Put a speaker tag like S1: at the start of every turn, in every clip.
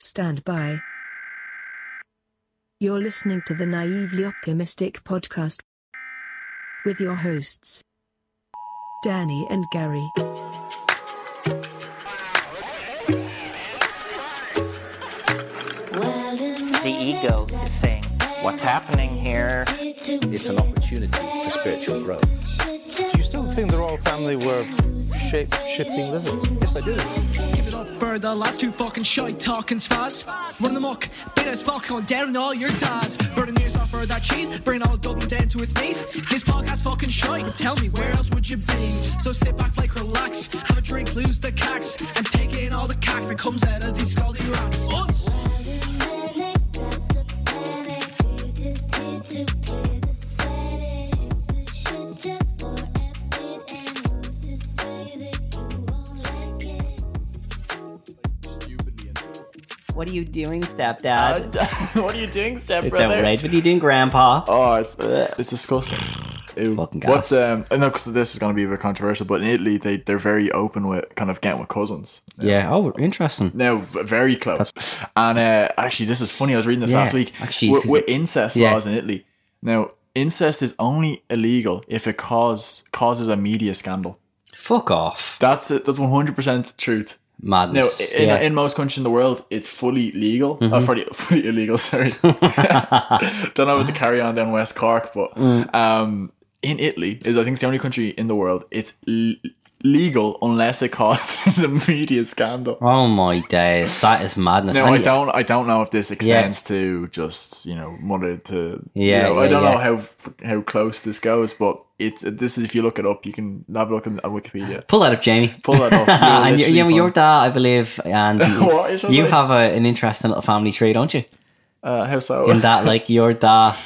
S1: Stand by. You're listening to the Naively Optimistic podcast with your hosts, Danny and Gary.
S2: The ego is saying, What's happening here?
S3: It's an opportunity for spiritual growth.
S4: Do you still think the royal family were shape shifting lizards? Yes, I do.
S5: Give it up for the lads who fucking shite talking spaz. Run them muck, beat as fuck on down all your dads. Burn the ears off for that cheese, bring all Dublin down to its knees. This podcast fucking shite, tell me where else would you be? So sit back, like relax, have a drink, lose the cacks, and take in all the cack that comes out of these scaldy rats. Us!
S2: What are you doing, stepdad?
S6: what are you doing,
S2: it's
S6: stepbrother?
S2: outrage. What are you doing, grandpa?
S6: Oh, it's it's disgusting. Ew.
S2: Fucking gas.
S6: What's um? No, because this is going to be a bit controversial, but in Italy they they're very open with kind of getting with cousins.
S2: Yeah. Oh, interesting.
S6: Now very close, and uh, actually this is funny. I was reading this
S2: Yeah,
S6: last week.
S2: actually,
S6: with,
S2: 'cause
S6: with
S2: it-
S6: incest
S2: yeah.
S6: laws in Italy now. Incest is only illegal if it cause causes a media scandal.
S2: Fuck off.
S6: That's it. That's one hundred percent truth. No,
S2: Madness.
S6: in,
S2: yeah. Mm-hmm.
S6: in most countries in the world, it's fully legal. Uh, fully, fully illegal, sorry. Don't know about the carry on down West Cork, but
S2: Mm.
S6: um, in Italy, is I think the only country in the world, it's l- legal unless it causes a media scandal.
S2: oh my days. That is madness.
S6: No,
S2: And
S6: I
S2: you-
S6: don't. I don't know if this extends to just you know mother to you
S2: Yeah,
S6: know, I
S2: yeah,
S6: don't know
S2: yeah.
S6: how f- how close this goes, but it's this is if you look it up, you can have a look on, on Wikipedia.
S2: Pull that up, Jamie.
S6: Pull that off.
S2: and you,
S6: literally
S2: you,
S6: fun.
S2: you're that, I believe, and you,
S6: What is it
S2: you
S6: like?
S2: have a, an interesting little family tree, don't you?
S6: uh, how so?
S2: In that, like, your dad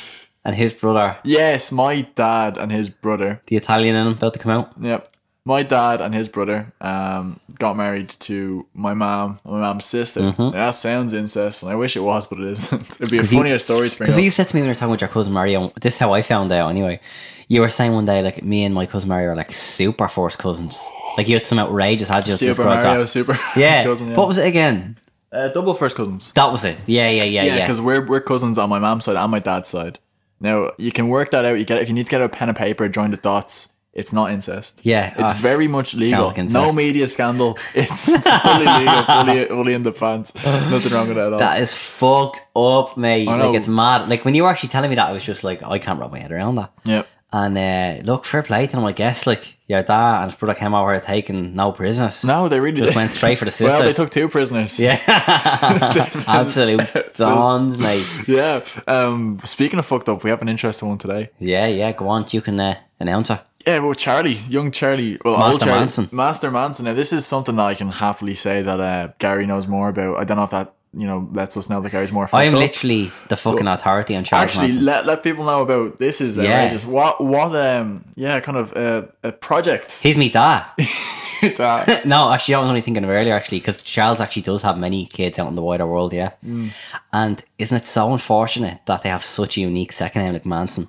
S2: and his brother,
S6: Yes, my dad and his brother.
S2: the Italian in him, about to come out.
S6: Yep. My dad and his brother um, got married to my mom and my mom's sister.
S2: Mm-hmm.
S6: That sounds incest, and I wish it was, but it isn't. It'd be a
S2: you-
S6: funnier story to bring
S2: Because
S6: up.
S2: you said to me when you were talking with your cousin Mario, this is how I found out anyway. You were saying one day, like, me and my cousin Mario are like super force cousins. Like, you had some outrageous, I just
S6: Super
S2: described
S6: Mario,
S2: that.
S6: Super
S2: Yeah.
S6: cousin, yeah.
S2: What was it again?
S6: Uh, double first cousins.
S2: That was it. Yeah, yeah, yeah,
S6: Yeah,
S2: yeah.
S6: because we're we're cousins on my mom's side and my dad's side. Now you can work that out. You get if you need to get a pen and paper, join the dots. It's not incest.
S2: Yeah,
S6: it's
S2: ah,
S6: very much legal.
S2: like incest.
S6: no media scandal. It's fully legal, fully, fully in the pants. Nothing wrong with that at all.
S2: That is fucked up, mate.
S6: I
S2: Like
S6: know.
S2: it's mad. Like when you were actually telling me that, I was just like, I can't wrap my head around that.
S6: yep.
S2: And uh, look, fair play to him, I guess. Like your dad and his brother came over taking no prisoners.
S6: No, they really
S2: just
S6: did.
S2: went straight for the sisters.
S6: Well, they took two prisoners.
S2: yeah, absolute dons, mate.
S6: Yeah. Um, speaking of fucked up, we have an interesting one today.
S2: Yeah, yeah. Go on, you can uh, announce her.
S6: Yeah, well, Charlie, young Charlie, well, old
S2: Master
S6: Charlie,
S2: Manson.
S6: Master Manson. Now, this is something that I can happily say that uh, Gary knows more about. I don't know if that you know lets us know that Gary's more.
S2: I am
S6: fucked up.
S2: literally the fucking authority on Charles
S6: Actually,
S2: Manson.
S6: let, let people know about this. Is
S2: Yeah.
S6: outrageous. What what um yeah kind of uh, a project
S2: He's me dad.
S6: that
S2: No, actually, I was only thinking of earlier, actually, because Charles actually does have many kids out in the wider world, yeah.
S6: Mm.
S2: And isn't it so unfortunate that they have such a unique second name like Manson?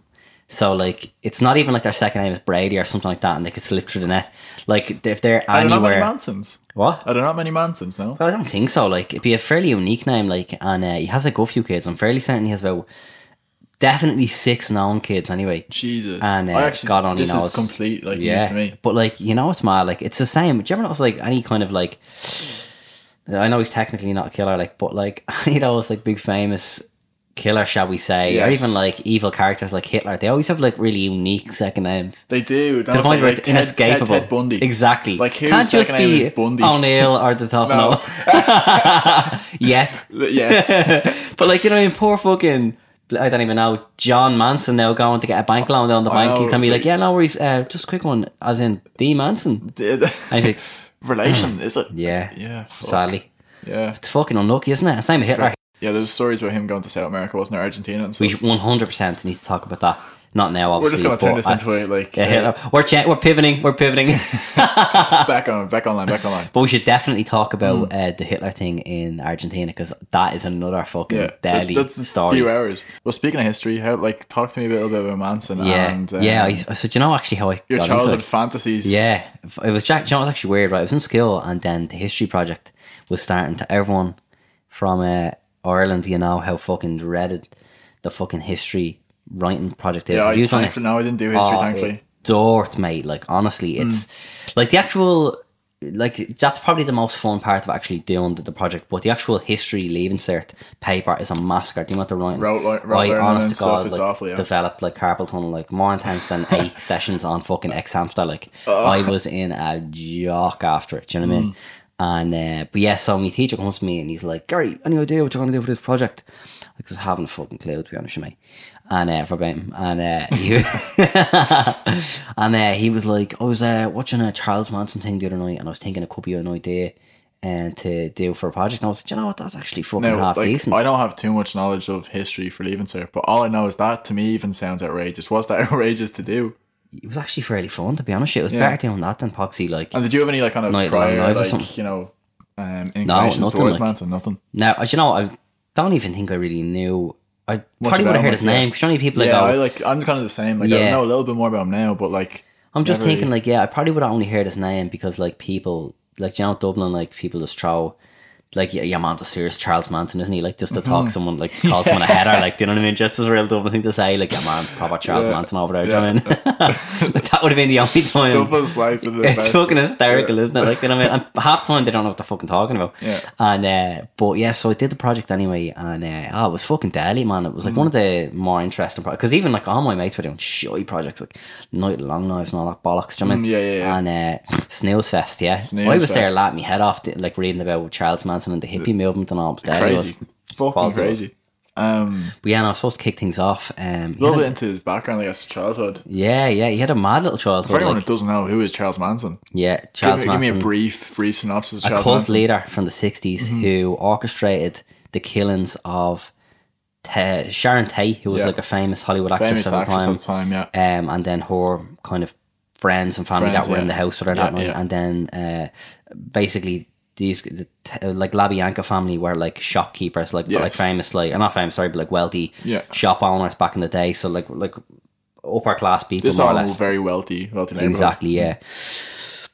S2: So, like, it's not even like their second name is Brady or something like that, and they could slip through the net. Like, if they're
S6: I don't know many
S2: anywhere.
S6: Mansons.
S2: What?
S6: I don't know many Mansons. No,
S2: Well, I don't think so. Like, it'd be a fairly unique name, like, and uh, he has a go few kids. I'm fairly certain he has about definitely six known kids anyway.
S6: Jesus.
S2: And, uh,
S6: I actually
S2: God only
S6: this
S2: knows.
S6: is complete like news to me.
S2: But like, you know, it's mad. Like, it's the same. Do you ever notice like any kind of like? I know he's technically not a killer, like, but like any of those like big famous killer, shall we say, or
S6: Yes.
S2: even like evil characters like Hitler, they always have like really unique second names.
S6: They do.
S2: To the
S6: Don't
S2: point
S6: they?
S2: where
S6: Like
S2: it's inescapable.
S6: Ted, Ted Bundy.
S2: Exactly.
S6: Like whose
S2: Can't just
S6: second name
S2: be
S6: is Bundy?
S2: O'Neill or the top.
S6: No.
S2: No. yeah.
S6: yes.
S2: But like you know, in poor fucking. I don't even know John Manson now going to get a bank loan down the
S6: I
S2: bank.
S6: know,
S2: He's gonna be
S6: Oh,
S2: like,
S6: it's like-
S2: "Yeah, no worries, uh, just a quick one." As in D Manson. I think, Hmm.
S6: Relation, is it?
S2: yeah,
S6: Yeah. fuck.
S2: sadly,
S6: Yeah.
S2: it's fucking unlucky, isn't it? Same with Hitler.
S6: Yeah, there's stories about him going to South America, wasn't there? Argentina and stuff.
S2: We one hundred percent need to talk about that. Not now,
S6: We're just
S2: obviously.
S6: gonna turn
S2: but
S6: this
S2: that's-
S6: into a, like,
S2: yeah,
S6: uh,
S2: Hitler. we're cha- we're pivoting, we're pivoting.
S6: back on back online, back online.
S2: but we should definitely talk about
S6: Hmm.
S2: uh, the Hitler thing in Argentina because that is another fucking
S6: Yeah. that-
S2: deadly
S6: that's a
S2: story.
S6: few hours. Well speaking of history, how like talk to me a little bit about Manson
S2: yeah,
S6: and
S2: yeah.
S6: um,
S2: I, so do you know actually how I
S6: your
S2: got into it?
S6: childhood fantasies.
S2: Yeah, it was Jack. You know, it was actually weird, right? I was in school, and then the history project was starting to everyone from uh, Ireland, you know how fucking dreaded the fucking history writing project is.
S6: Yeah,
S2: Have
S6: I,
S2: you done it?
S6: thankfully, no, I didn't do history,
S2: Oh,
S6: thankfully. Mm.
S2: it's Dirt, mate. Like honestly, it's like the actual like that's probably the most fun part of actually doing the, the project. But the actual history leaving cert paper is a massacre. The amount of writing,
S6: Route li- route
S2: I
S6: learning
S2: honest
S6: and
S2: to
S6: stuff,
S2: God,
S6: it's
S2: like,
S6: awful, yeah.
S2: developed like carpal tunnel, like more intense than eight sessions on fucking ex hamster. Like
S6: Oh.
S2: I was in a jock after it. Do you know what
S6: Mm.
S2: I mean? And uh, but yeah, so my teacher comes to me and he's like, Gary, any idea what you're gonna do for this project? Like, I haven't a fucking clue to be honest with me. And uh, for him, and uh, he, and uh, he was like, I was uh, watching a Charles Manson thing the other night, and I was thinking it could be an idea and to do for a project. And I was like, "Do you know what? That's actually fucking
S6: Now,
S2: half
S6: like,
S2: decent.
S6: I don't have too much knowledge of history for leaving cert, but all I know is that to me even sounds outrageous. What's that outrageous to do?
S2: it was actually fairly fun to be honest. It was
S6: Yeah.
S2: better doing that than Poxy. Like
S6: And did you have any like kind of
S2: Night Long
S6: prior,
S2: Knives or
S6: like
S2: something.
S6: you know, um, inclinations
S2: nothing,
S6: towards
S2: like-
S6: Manson? Nothing.
S2: now, do you know, I don't even think I really knew. I probably would
S6: about
S2: have
S6: him,
S2: heard his
S6: like, yeah.
S2: name. Because only people like,
S6: yeah,
S2: go,
S6: I like. I'm kind of the same. Like I
S2: Yeah.
S6: know a little bit more about him now, but like
S2: I'm just
S6: Never
S2: thinking,
S6: really-
S2: like, yeah, I probably would have only heard his name because, like, people, like, you know, Dublin, like, people just throw, like, yeah, yeah, man, the serious Charles Manson, isn't he? Like, just to
S6: Mm-hmm.
S2: talk someone, like, call someone a header, like, do you know what I mean? Just as a real Dublin thing to say, like, yeah, man, proper Charles Manson over there, do you know what I mean? like, that would have been the only time.
S6: double slice of the
S2: It's
S6: best.
S2: fucking hysterical, isn't it? Like, you know what I mean? And half the time they don't know what they're fucking talking about.
S6: Yeah.
S2: And, uh, but yeah, so I did the project anyway, and, uh, oh, it was fucking deadly, man. It was like one of
S6: Mm.
S2: the more interesting projects. Because even, like, all my mates were doing shitty projects, like Night of Long Knives and all that bollocks, do you know what I mean?
S6: Mm, yeah, yeah, yeah.
S2: And, uh, Snail's Fest, yeah.
S6: Snail's
S2: I was there
S6: Fest.
S2: laughing my head off, like, reading about Charles Manson and the hippie movement and all. It was deadly. It was-
S6: crazy, fucking
S2: Quality.
S6: crazy. Um,
S2: But yeah, and I was supposed to kick things off. Um,
S6: a little bit into his background, I guess, childhood.
S2: yeah, yeah, he had a mad little childhood.
S6: For anyone
S2: like-
S6: that doesn't know, who is Charles Manson?
S2: yeah,
S6: Give
S2: Charles
S6: me, give me
S2: Manson.
S6: a brief, brief synopsis. Of
S2: a
S6: Charles
S2: cult
S6: Manson.
S2: leader from the 60s
S6: Mm-hmm.
S2: who orchestrated the killings of Ta Sharon Tate, who was
S6: Yeah.
S2: like a famous Hollywood actress
S6: famous
S2: at the
S6: actress
S2: time,
S6: at the time. Yeah,
S2: um, and then her kind of friends and family
S6: Friends,
S2: that were in
S6: yeah.
S2: the house with her
S6: Yeah,
S2: that night,
S6: yeah.
S2: and then uh, basically these the, t- like Labianca family were like shopkeepers, like but, like
S6: Yes.
S2: famous, like uh, not famous, sorry, but like wealthy
S6: Yeah.
S2: shop owners back in the day. So like like upper class people,
S6: this
S2: more or
S6: all
S2: less.
S6: very wealthy, wealthy neighborhood.
S2: Exactly, yeah.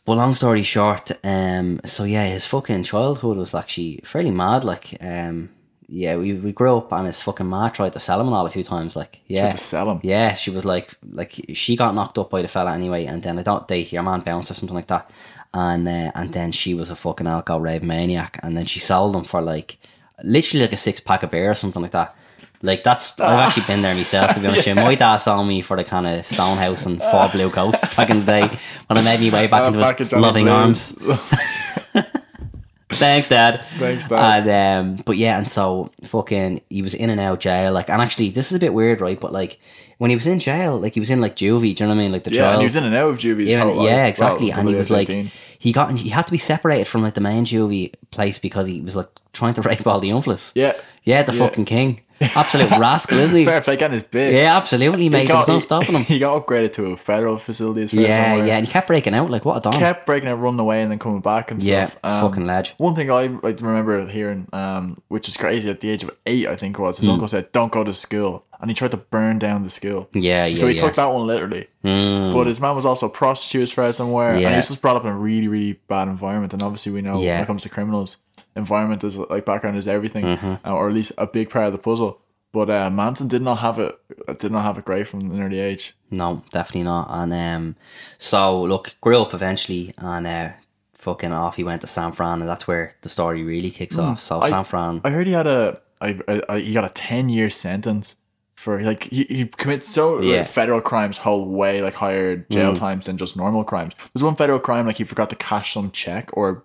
S2: But long story short, um, so yeah, his fucking childhood was actually fairly mad. Like, um, yeah, we, we grew up and his fucking ma tried to sell him and all a few times. Like, yeah,
S6: To sell him.
S2: yeah, she was like, like she got knocked up by the fella anyway, and then I don't they your man bounced or something like that, and uh, and then she was a fucking alcohol rave maniac, and then she sold him for like literally like a six pack of beer or something like that. Like that's I've actually been there myself to be honest. with you. My dad sold me for the kind of Stonehouse and Four Blue Ghosts back in the day when I made my way back
S6: Uh,
S2: into
S6: back at
S2: his
S6: Johnny
S2: loving
S6: Blues.
S2: arms. Thanks, Dad.
S6: Thanks, Dad.
S2: And um, but yeah, and so fucking, he was in and out of jail. Like, and actually, this is a bit weird, right? But like, when he was in jail, like he was in like juvie. Do you know what I mean? Like the
S6: Yeah,
S2: child.
S6: and he was in and out of juvie. his
S2: Yeah,
S6: whole
S2: and- yeah,
S6: life.
S2: exactly.
S6: Well,
S2: and he
S6: until
S2: was
S6: was
S2: like,
S6: 18.
S2: he got he had to be separated from like the main juvie place because he was like trying to rape all the inflas.
S6: yeah,
S2: yeah, the
S6: yeah.
S2: fucking king, absolute rascal, isn't he?
S6: fair play, getting his big.
S2: Yeah, absolutely, mate. There was no stopping him.
S6: He got upgraded to a federal facility. as far as I'm
S2: Yeah,
S6: aware.
S2: yeah, and he kept breaking out. Like, what a don.
S6: kept breaking it, running away, and then coming back and
S2: Yeah,
S6: stuff. Um,
S2: fucking ledge.
S6: One thing I, I remember hearing, um, which is crazy, at the age of eight, I think it was, his
S2: Hmm.
S6: uncle said, "Don't go to school," and he tried to burn down the school.
S2: Yeah, yeah,
S6: So he
S2: yeah. Hmm.
S6: took that one literally. But his man was also a prostitute as far as I'm aware, and
S2: Mm. Yeah.
S6: he was just brought up in a really, really bad environment. And obviously, we know when
S2: Yeah.
S6: it comes to criminals, environment is like background is everything,
S2: Mm-hmm.
S6: uh, or at least a big part of the puzzle. But uh, Manson did not have it. Did not have it great from an early age.
S2: No, definitely not. And um, so look, grew up eventually, and uh, fucking off he went to San Fran, and that's where the story really kicks off. So San Fran,
S6: Hmm. I heard he had a I, I, I he got a ten year sentence for like he, he commits so like,
S2: Yeah. Mm.
S6: federal crimes whole way like higher jail times than just normal crimes. There's one federal crime like he forgot to cash some check or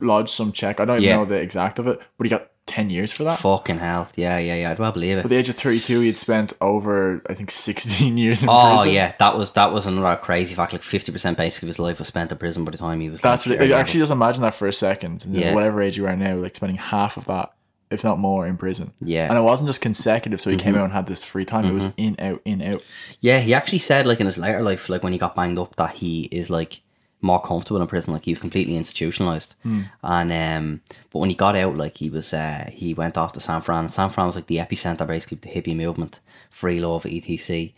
S6: lodge some check. I don't even
S2: Mm. Yeah.
S6: know the exact of it, but he got ten years for that.
S2: fucking hell, yeah, yeah, yeah, I do believe
S6: At
S2: it.
S6: the age of thirty two, he had spent over I think sixteen years in
S2: Oh
S6: prison.
S2: yeah, that was that was another crazy fact. Like fifty percent basically of his life was spent in prison by the time he was.
S6: That's
S2: like,
S6: ridic-
S2: very
S6: actually just imagine that for a second. you know,
S2: Yeah.
S6: Whatever age you are now, like spending half of that, if not more, in prison.
S2: Yeah. Mm-hmm.
S6: And it wasn't just consecutive, so he came out and had this free time. It was in out, in out.
S2: Yeah, he actually said like in his later life, like when he got banged up, that he is like more comfortable in prison. Like he was completely institutionalized,
S6: Hmm.
S2: and um, but when he got out, like he was, uh, he went off to San Fran. San Fran was like the epicenter, basically, of the hippie movement, free love, etc. E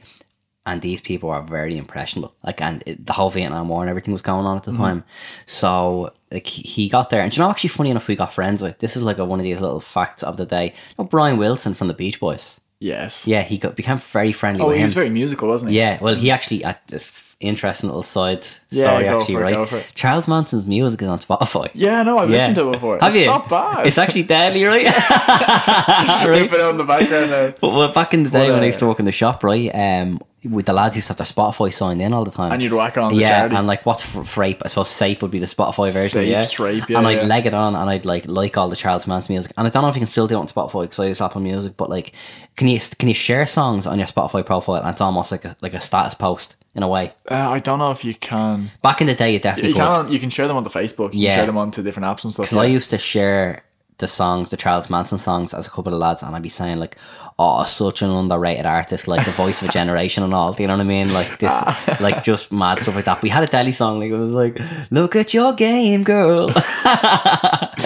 S2: and these people are very impressionable. Like, and it, the whole Vietnam War and everything was going on at the
S6: Mm-hmm.
S2: time. So, like, he- he got there. And do you know, actually, funny enough, we got friends with. This is like a, one of these little facts of the day. You know, Brian Wilson from the Beach Boys.
S6: Yes.
S2: Yeah, he got became very friendly
S6: Oh,
S2: with
S6: he
S2: him.
S6: was very musical, wasn't he?
S2: Yeah, well, he actually, uh, f- interesting little side
S6: Yeah,
S2: story,
S6: go
S2: actually,
S6: for it,
S2: right?
S6: go for it.
S2: Charles Manson's music is on Spotify.
S6: Yeah, no, I've listened to it before.
S2: Have
S6: it's
S2: you?
S6: Not bad.
S2: It's actually deadly, right?
S6: Right.
S2: right?
S6: Put it on the background now.
S2: But well, back in the day
S6: Well,
S2: when I
S6: uh,
S2: used to work in the shop, right? Um, with the lads used to have their Spotify signed in all the time.
S6: And you'd whack on the
S2: yeah,
S6: charity.
S2: and like what's fr- frape? I suppose Sape would be the Spotify version.
S6: Sape,
S2: yeah,
S6: Srape, yeah,
S2: And I'd
S6: yeah.
S2: leg it on, and I'd like like all the Charles Manson music. And I don't know if you can still do it on Spotify because I use Apple Music. But like, can you can you share songs on your Spotify profile? And it's almost like a, like a status post in a way.
S6: Uh, I don't know if you can.
S2: Back in the day, you definitely
S6: You
S2: could.
S6: can. On, you can share them on the Facebook. You
S2: Yeah.
S6: can share them onto different apps and stuff.
S2: Because I
S6: yeah.
S2: used to share the songs, the Charles Manson songs, as a couple of lads, and I'd be saying like, "Oh, such an underrated artist, like the voice of a generation and all." Do you know what I mean? Like this,
S6: Ah.
S2: like just mad stuff like that. We had a deli song, like it was like, "Look at your game, girl."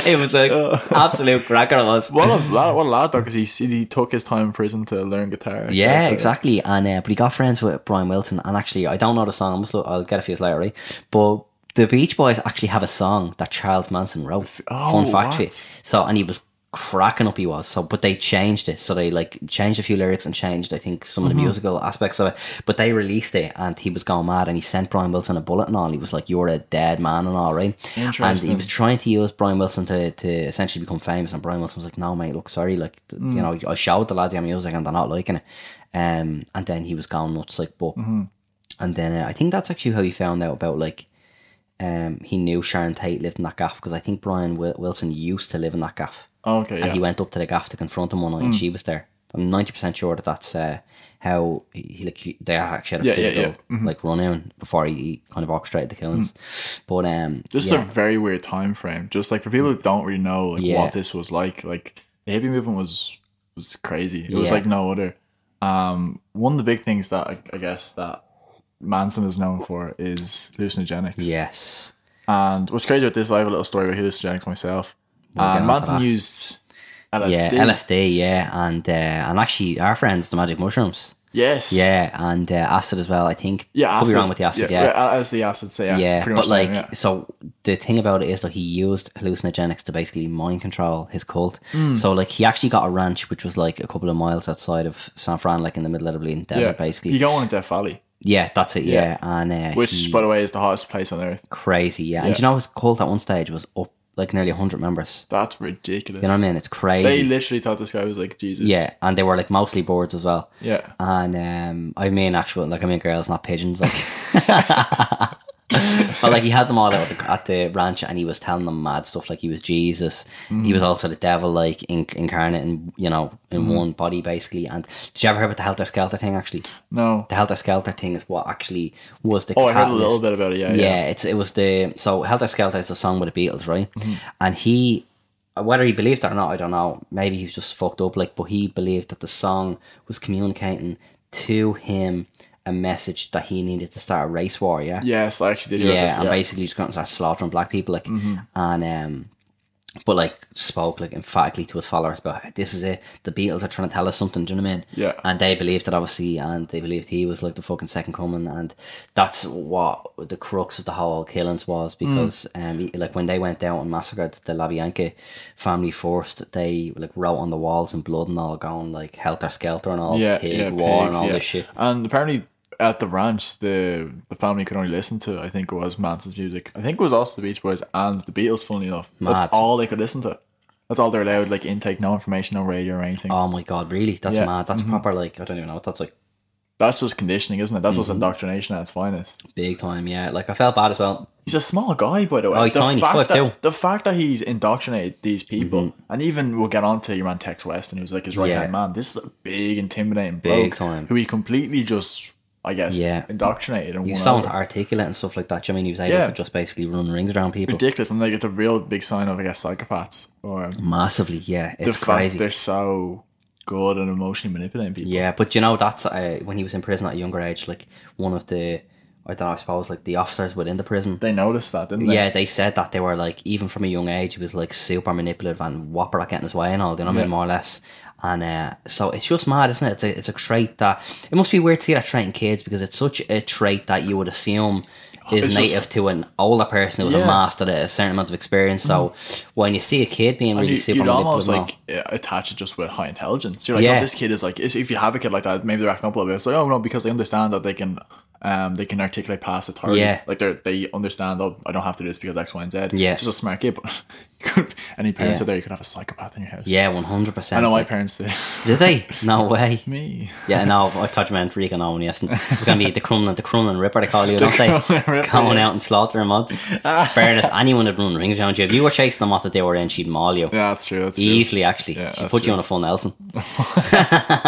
S2: it was like absolute cracker. It was.
S6: Oh. What a lad! What a lad though, because he he took his time in prison to learn guitar.
S2: Yeah,
S6: etc.
S2: exactly. And uh, but he got friends with Brian Wilson, and actually, I don't know the song. I must look, I'll get a few later, right? But the Beach Boys actually have a song that Charles Manson wrote.
S6: Oh,
S2: Fun fact, for you.
S6: what?
S2: so and he was cracking up. He was so, but they changed it. So they like changed a few lyrics and changed, I think, some of the musical aspects of it. But they released it, and he was going mad, and he sent Brian Wilson a bullet and all. He was like, "You're a dead man," and all right. And he
S6: Interesting.
S2: was trying to use Brian Wilson to, to essentially become famous, and Brian Wilson was like, "No, mate, look, sorry, like th- you know, I showed the lads your music, and they're not liking it." Um, and then he was going nuts, like, but, and then uh, I think that's actually how he found out about like, um, he knew Sharon Tate lived in that gaff because I think Brian Wil- Wilson used to live in that gaff,
S6: Oh, Okay.
S2: and he
S6: Yeah. Hmm.
S2: went up to the gaff to confront him one night, and she was there. I'm ninety percent sure that that's uh, how he, he like he- they actually had a
S6: Yeah, yeah, Mm-hmm.
S2: physical
S6: yeah.
S2: like run in before he, he kind of orchestrated the
S6: Hmm.
S2: killings, but um,
S6: This
S2: yeah.
S6: is a very weird time frame. Just like for people who don't really know like
S2: Yeah.
S6: what this was like, like the hippie movement was was crazy. It was
S2: Yeah.
S6: like no other. Um, one of the big things that I, I guess that Manson is known for is hallucinogenics.
S2: yes.
S6: And what's crazy about this, I have a little story about hallucinogenics myself.
S2: We'll get
S6: Uh,
S2: onto
S6: Manson
S2: that.
S6: used LSD.
S2: Yeah, LSD. Yeah, and uh, and actually, our friends, the magic mushrooms.
S6: Yes.
S2: Yeah, and uh, acid as well. I think.
S6: Yeah.
S2: Could be
S6: acid.
S2: wrong with the acid. Yeah.
S6: yeah. LSD acid. So yeah.
S2: yeah,
S6: pretty
S2: but
S6: much the same,
S2: like,
S6: yeah.
S2: so the thing about it is that he used hallucinogenics to basically mind control his cult.
S6: Hmm.
S2: So like, he actually got a ranch which was like a couple of miles outside of San Fran, like in the middle of the desert,
S6: yeah.
S2: basically.
S6: He got one at Death Valley,
S2: yeah, that's it. Yeah,
S6: Yeah.
S2: and uh,
S6: which
S2: he-
S6: by the way is the hottest place on earth.
S2: crazy. Yeah, and
S6: Yeah.
S2: do you know his cult at one stage was up like nearly hundred members.
S6: That's ridiculous.
S2: You know what I mean? It's crazy.
S6: They literally thought this guy was like Jesus.
S2: yeah, and they were like mostly boards as well.
S6: Yeah.
S2: and um, I mean actual like I mean girls, not pigeons. Like, but like he had them all out at the, at the ranch, and he was telling them mad stuff. Like he was Jesus, he
S6: Mm.
S2: was also the devil, like inc- incarnate, in, you know, in one body basically. And did you ever hear about the helter skelter thing? Actually,
S6: No.
S2: the helter skelter thing is what actually was the.
S6: Oh, I heard a
S2: catalyst
S6: little bit about it. Yeah. Yeah.
S2: it's it was the so Helter Skelter is a song with the Beatles, right?
S6: Mm-hmm.
S2: And he, whether he believed it or not, I don't know. Maybe he was just fucked up, like. But he believed that the song was communicating to him a message that he needed to start a race war. Yeah,
S6: Yes, I actually did.
S2: yeah,
S6: hear about this, Mm-hmm.
S2: and basically just going to start slaughtering black people, like, and um, but like spoke like emphatically to his followers about this is it. The Beatles are trying to tell us something. Do you know what I mean?
S6: Yeah.
S2: And they believed it, obviously, and they believed he was like the fucking second coming, and that's what the crux of the whole killings was
S6: Mm.
S2: because um, he- like when they went down and massacred the Labianca family first, they like wrote on the walls in blood and all, going like helter skelter and all,
S6: yeah.
S2: pig
S6: yeah,
S2: war
S6: pigs,
S2: and all
S6: yeah.
S2: this shit.
S6: And apparently at the ranch, the the family could only listen to. I think it was Manson's music. I think it was also the Beach Boys and the Beatles. Funnily enough,
S2: Mad.
S6: that's all they could listen to. That's all they're allowed. Like intake, no information, no radio or anything.
S2: Oh my god, really? That's
S6: Yeah. Mm-hmm.
S2: mad. That's proper. Like I don't even know what that's like.
S6: That's just conditioning, isn't it? That's
S2: Mm-hmm.
S6: just indoctrination at its finest.
S2: Big time, yeah. Like I felt bad as well.
S6: He's a small guy, by the way.
S2: Oh, he's
S6: the
S2: tiny,
S6: fact
S2: 5'2".
S6: that, The fact that he's indoctrinated these people, and even we'll get on to your man Tex West, and he was like his right hand
S2: Mm-hmm. Yeah.
S6: man. This is a big, intimidating
S2: Big
S6: bloke
S2: time.
S6: who he completely just, I guess,
S2: Yeah.
S6: indoctrinated and
S2: He was
S6: won
S2: someone to
S6: over.
S2: articulate and stuff like that. do you know what I mean, he was able
S6: Yeah.
S2: to just basically run rings around people
S6: ridiculous, and like it's a real big sign of, I guess, psychopaths or
S2: massively. Yeah,
S6: the
S2: it's
S6: fact
S2: crazy.
S6: they're so good and emotionally manipulating people.
S2: Yeah, but you know that's uh, when he was in prison at a younger age. Like one of the I don't know, I suppose like the officers within the prison.
S6: They noticed that, didn't they?
S2: yeah, they said that they were like even from a young age he was like super manipulative and whopper at getting his way and all. You know what I mean,
S6: Yeah.
S2: more or less. And uh, so it's just mad, isn't it? It's a, it's a trait that it must be weird to see that trait in kids because it's such a trait that you would assume is
S6: Oh, It's just-
S2: native to an older person who's
S6: Yeah. Mm-hmm.
S2: a mastered it a certain amount of experience. So when you see a kid being
S6: And
S2: really
S6: you,
S2: super
S6: you'd almost
S2: manipulative, and all-
S6: like uh, attach it just with high intelligence. You're like,
S2: Yeah.
S6: oh, this kid is like, if if you have a kid like that, maybe they're acting up a little bit. It's like, oh no, because they understand that they can, um, they can articulate past authority.
S2: Yeah.
S6: like they they understand. Oh, I don't have to do this because X, Y, and Z.
S2: Yeah.
S6: just a smart kid. But you could, any parents
S2: Yeah.
S6: out there, you could have a psychopath in your house.
S2: yeah, one hundred percent.
S6: I know my parents did.
S2: Did they? No way.
S6: Me.
S2: Yeah, no, I thought you meant Rick and Owen, yes. It's going to be the Crumlin, the Crumlin Ripper, they call you, don't they?
S6: Crumlin Ripper,
S2: Going
S6: yes.
S2: out and slaughtering mods. Fairness, anyone that run rings around you, if you were chasing them off that they were in, she'd maul you.
S6: Yeah, that's true. That's true.
S2: Easily, actually.
S6: Yeah,
S2: She'd
S6: that's
S2: put you
S6: true.
S2: on a full Nelson.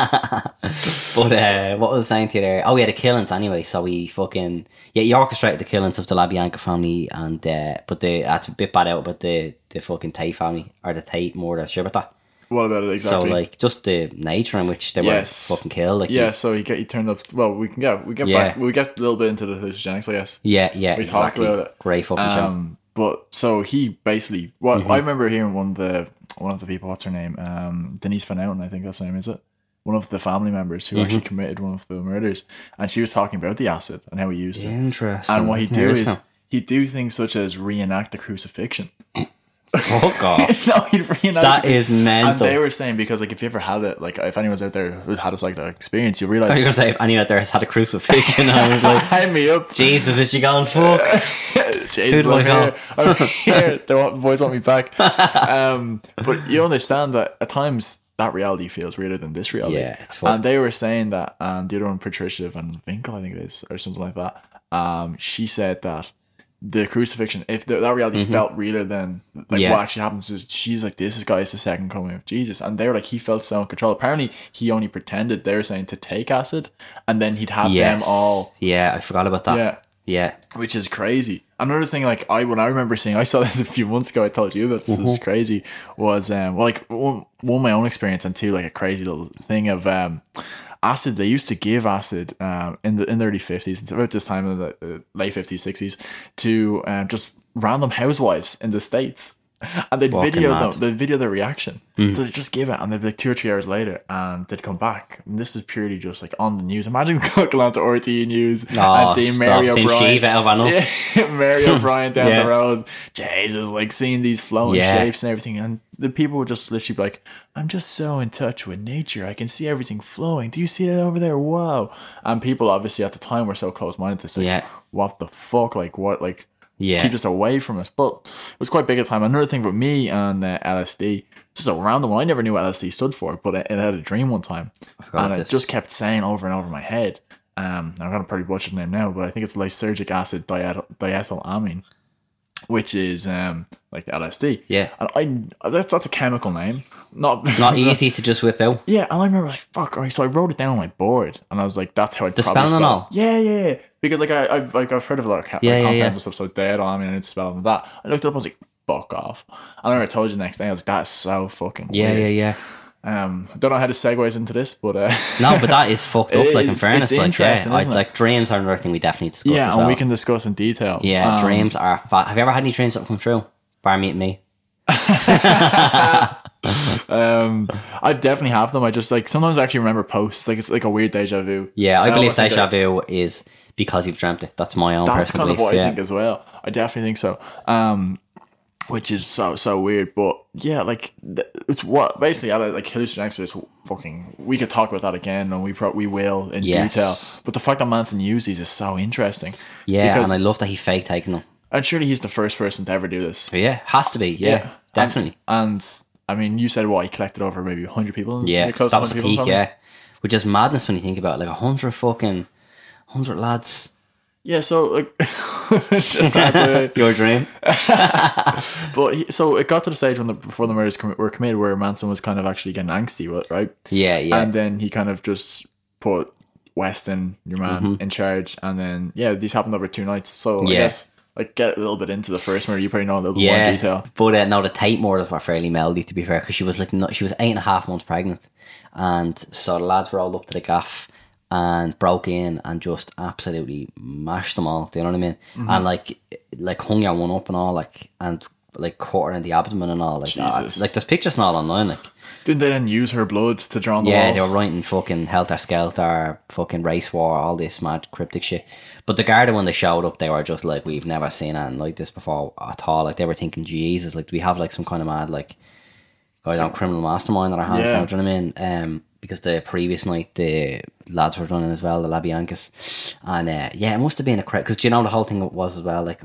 S2: but uh, what was I saying to you there? Oh, yeah, the killings, anyway. So we fucking. Yeah, you orchestrated the killings of the Labianca family, and uh, but the. That's a bit bad out, but the, the fucking Tate family, or the Tate murder, sure about that.
S6: What about it exactly?
S2: So, like, just the nature in which they
S6: Yes.
S2: were fucking killed. Like,
S6: yeah, so he get he turned up. Well, we can get we get
S2: Yeah.
S6: back. We get a little bit into the hallucinogens, I guess.
S2: Yeah, yeah,
S6: We talked
S2: exactly.
S6: about it.
S2: Great fucking show.
S6: Um, but so he basically, what
S2: Mm-hmm.
S6: I remember hearing one of the one of the people, what's her name, um, Denise Van Outen, I think that's her name, is it? One of the family members who
S2: Mm-hmm.
S6: actually committed one of the murders, and she was talking about the acid and how he used it,
S2: Interesting.
S6: and what he do
S2: Here it
S6: is
S2: now.
S6: he'd do things such as reenact the crucifixion.
S2: fuck off.
S6: no, he'd reenact.
S2: That
S6: the cru-
S2: is
S6: And
S2: mental.
S6: they were saying because like if you ever had it, like if anyone's out there who's had a like that experience, you
S2: I was
S6: realize
S2: gonna say if anyone out there has had a crucifixion, I was like,
S6: hang me up.
S2: Jesus, is she going fuck?
S6: Jesus,
S2: Who'd
S6: I'm
S2: like
S6: here. I'm here. They want, the boys want me back. Um, but you understand that at times that reality feels realer than this reality.
S2: Yeah, it's fucked.
S6: and they were saying that, and the other one, Patricia Van Winkle, I think it is, or something like that. Um, she said that the crucifixion, if the, that reality felt realer than like
S2: Mm-hmm. Yeah.
S6: what actually happens, is she's like, this is guys the second coming of Jesus, and they're like, he felt so in control. Apparently, he only pretended. They were saying to take acid, and then he'd have
S2: Yes.
S6: them all.
S2: Yeah, I forgot about that.
S6: Yeah,
S2: Yeah.
S6: which is crazy. Another thing, like I when I remember seeing, I saw this a few months ago. I told you that this is
S2: Mm-hmm.
S6: crazy. Was um, well, like one, one my own experience, and two, like a crazy little thing of um, acid. They used to give acid um in the in the early fifties, it's about this time in the uh, late fifties, sixties, to um, just random housewives in the states. And they'd
S2: Fucking
S6: video
S2: mad. Mm.
S6: them, they'd video their reaction. So they'd just give it and they'd be like two or three hours later and they'd come back. And this is purely just like on the news. Imagine going on to RTE News and
S2: Oh,
S6: seeing
S2: stop.
S6: Mary
S2: Seeing
S6: O'Brien.
S2: Shiva out of an up.
S6: Yeah, Mary O'Brien down
S2: Yeah.
S6: the road. Jesus, like seeing these flowing
S2: Yeah.
S6: shapes and everything. And the people would just literally be like, I'm just so in touch with nature. I can see everything flowing. Do you see that over there? Wow. And people obviously at the time were so close minded to say,
S2: Yeah.
S6: what the fuck? Like, what? Like,
S2: Yeah.
S6: keep us away from us. But it was quite big at the time. Another thing with me and uh, LSD, just a random one. I never knew what LSD stood for, but it, it had a dream one time,
S2: forgot
S6: and it
S2: this.
S6: just kept saying over and over in my head. Um, I'm gonna probably butcher the name now, but I think it's lysergic acid diet- diethylamine, which is um like LSD.
S2: Yeah.
S6: and I that, that's a chemical name. Not
S2: Not E. easy to just whip out.
S6: yeah, and I remember like fuck. All right, so I wrote it down on my board, and I was like, "That's how I
S2: The
S6: probably
S2: spelling and all?
S6: spell it. Yeah, yeah, yeah. Because like I, I've like I've heard of a lot of ca-
S2: Yeah, yeah,
S6: like, compounds
S2: yeah.
S6: and stuff. So dead on, I mean, I spell them that. I looked it up, I was like, "Fuck off." And I remember I told you the next day, I was like, "That is so fucking
S2: Yeah, yeah,
S6: weird."
S2: yeah.
S6: yeah. Um, I don't know how to segues into this, but uh,
S2: No, but that is fucked up. Like in
S6: It's-
S2: fairness,
S6: it's
S2: like yeah,
S6: interesting,
S2: I,
S6: isn't it?
S2: like dreams are another thing we definitely discuss.
S6: yeah,
S2: as
S6: and
S2: well.
S6: we can discuss in detail.
S2: Yeah,
S6: Um,
S2: dreams are fat. Have you ever had any dreams that come true? Bar meeting me.
S6: Um, I definitely have them. I just like sometimes I actually remember posts. Like it's like a weird deja vu.
S2: Yeah, I, believe
S6: always think
S2: deja
S6: that-
S2: vu is because you've dreamt it. That's my own
S6: That's
S2: personal
S6: kind of
S2: belief.
S6: what
S2: yeah.
S6: I think as well. I definitely think so. Um, which is so so weird, but yeah, like th- it's what basically I like like hallucinogenics is fucking. We could talk about that again, and we pro- we will in
S2: Yes.
S6: detail. But the fact that Manson used these is so interesting.
S2: Yeah,
S6: because-
S2: and I love that he fake taking them.
S6: And surely he's the first person to ever do this.
S2: But yeah, has to be. Yeah,
S6: Yeah.
S2: definitely.
S6: And I mean, you said what he collected over maybe hundred people.
S2: yeah,
S6: close to
S2: that was
S6: 100
S2: a
S6: people
S2: peak.
S6: from it?
S2: Yeah, which is madness when you think about it. like a hundred fucking hundred lads.
S6: yeah. So like, that's it.
S2: Your dream.
S6: But he, so it got to the stage when the before the murders commi- were committed, where Manson was kind of actually getting angsty, with it, right?
S2: Yeah, yeah,
S6: And then he kind of just put Weston, your man, in charge. And then yeah, these happened over two nights. So I
S2: Mm-hmm. Yeah.
S6: guess like get a little bit into the first murder. You probably know a little bit more
S2: yeah.
S6: in detail.
S2: But uh, no, the Tate murders were fairly melody to be fair, because she was like no, she was eight and a half months pregnant, and so the lads were all up to the gaff. and broke in and just absolutely mashed them all. Do you know what I mean?
S6: Mm-hmm.
S2: And like, like hung your one up and all, like, and like caught her in the abdomen and all, like, ah,
S6: Jesus.
S2: like there's pictures and all online, like,
S6: Didn't they then use her blood to draw on the
S2: yeah,
S6: walls?
S2: they were writing fucking helter skelter, fucking race war, all this mad cryptic shit. But the Garda, when they showed up, they were just like, we've never seen anything like this before at all. Like they were thinking, Jesus, like do we have like some kind of mad like goddamn criminal mastermind on our hands?
S6: Yeah.
S2: Now, do you know what I mean? Um, because the previous night the lads were running as well, the Labiancas, and uh, yeah, it must have been a crack because you know the whole thing was as well like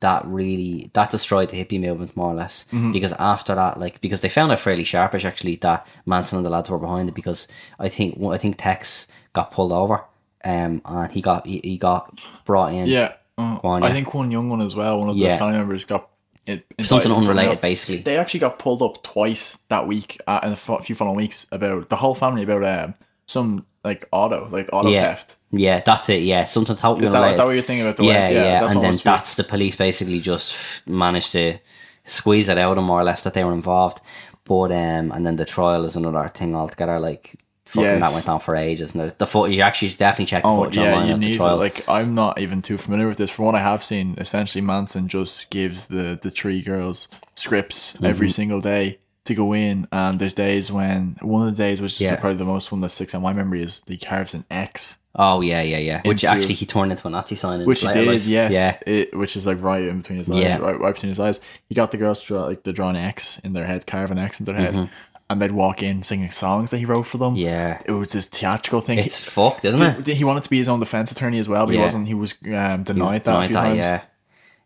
S2: that really that destroyed the hippie movement more or less
S6: Mm-hmm.
S2: because after that like because they found it fairly sharpish actually that Manson and the lads were behind it because I think well, I think Tex got pulled over um and he got he, he got brought in
S6: Yeah. Uh,
S2: Go on,
S6: I
S2: yeah.
S6: think one young one as well, one of
S2: Yeah.
S6: the family members got it,
S2: something
S6: indicted for
S2: unrelated
S6: else.
S2: basically
S6: They actually got pulled up twice that week uh, and a fo- few following weeks about the whole family about um, some like auto, like auto
S2: Yeah.
S6: theft.
S2: yeah that's it yeah something totally
S6: Is that, is
S2: unrelated
S6: that what you're thinking about? The
S2: yeah,
S6: way?
S2: yeah,
S6: that's
S2: and then
S6: almost weird.
S2: that's the police basically just managed to squeeze it out of them more or less that they were involved. But um, and then the trial is another thing altogether. Like fucking that
S6: Yes.
S2: went on for ages. And the, the foot you actually should definitely check the
S6: Oh
S2: footage
S6: yeah,
S2: online
S6: you
S2: of the
S6: need to,
S2: trial.
S6: like I'm not even too familiar with this. From what I have seen, essentially Manson just gives the the three girls scripts every
S2: Mm-hmm.
S6: single day to go in, and there's days when one of the days, which
S2: Yeah.
S6: is probably the most one that sticks in my memory, is he carves an X,
S2: oh yeah, yeah, yeah. Which
S6: Into-
S2: actually he turned into a Nazi sign. in
S6: which he
S2: later
S6: did,
S2: life.
S6: yes,
S2: yeah.
S6: it, which is like right in between his eyes,
S2: Yeah.
S6: right, right between his eyes. He got the girls to draw, like to draw an X in their head, carve an X in their head, and they'd walk in singing songs that he wrote for them.
S2: Mm-hmm. Yeah.
S6: it was this theatrical thing.
S2: It's fucked, isn't it?
S6: Did- did- he wanted to be his own defense attorney as well, but
S2: Yeah.
S6: he wasn't. He was um, denied that.
S2: Denied
S6: a few
S2: that,
S6: times.
S2: yeah.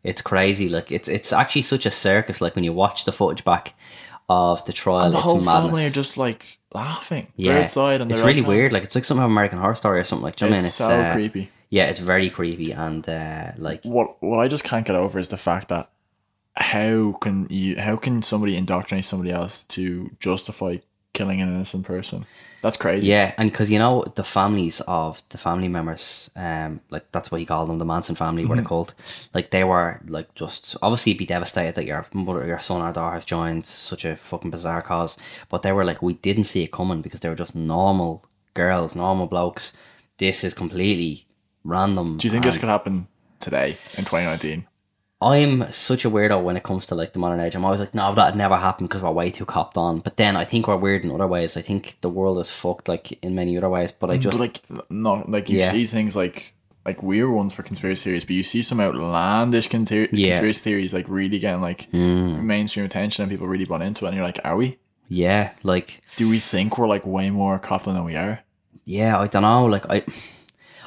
S2: It's crazy. Like it's it's actually such a circus. Like when you watch the footage back of the trial,
S6: And the
S2: it's
S6: whole
S2: madness.
S6: family are just like laughing.
S2: yeah,
S6: They're outside and
S2: it's
S6: they're
S2: really
S6: outside.
S2: weird. Like it's like some American Horror Story or something. Like, do you know what I
S6: It's,
S2: mean? It's
S6: so
S2: uh,
S6: creepy.
S2: Yeah, it's very creepy and uh, like
S6: What what I just can't get over is the fact that how can you how can somebody indoctrinate somebody else to justify killing an innocent person? That's crazy.
S2: yeah, and because you know the families of the family members, um, like that's what he called them, the Manson family, were they
S6: Mm-hmm.
S2: called? Like they were like just obviously be devastated that your mother, your son, or daughter has joined such a fucking bizarre cause, but they were like we didn't see it coming because they were just normal girls, normal blokes. This is completely random.
S6: Do you think this
S2: and-
S6: could happen today in 2019?
S2: I'm such a weirdo when it comes to like the modern age. I'm always like, no, that never happened because we're way too copped on. But then I think we're weird in other ways. I think the world is fucked like in many other ways. But I just
S6: But like not like you
S2: Yeah.
S6: see things like like weird ones for conspiracy theories, but you see some outlandish con-
S2: Yeah.
S6: conspiracy theories like really getting like
S2: Mm,
S6: mainstream attention and people really bought into it. And you're like, are we?
S2: yeah, like
S6: Do we think we're like way more Kaplan than we are?
S2: yeah, I don't know. Like I,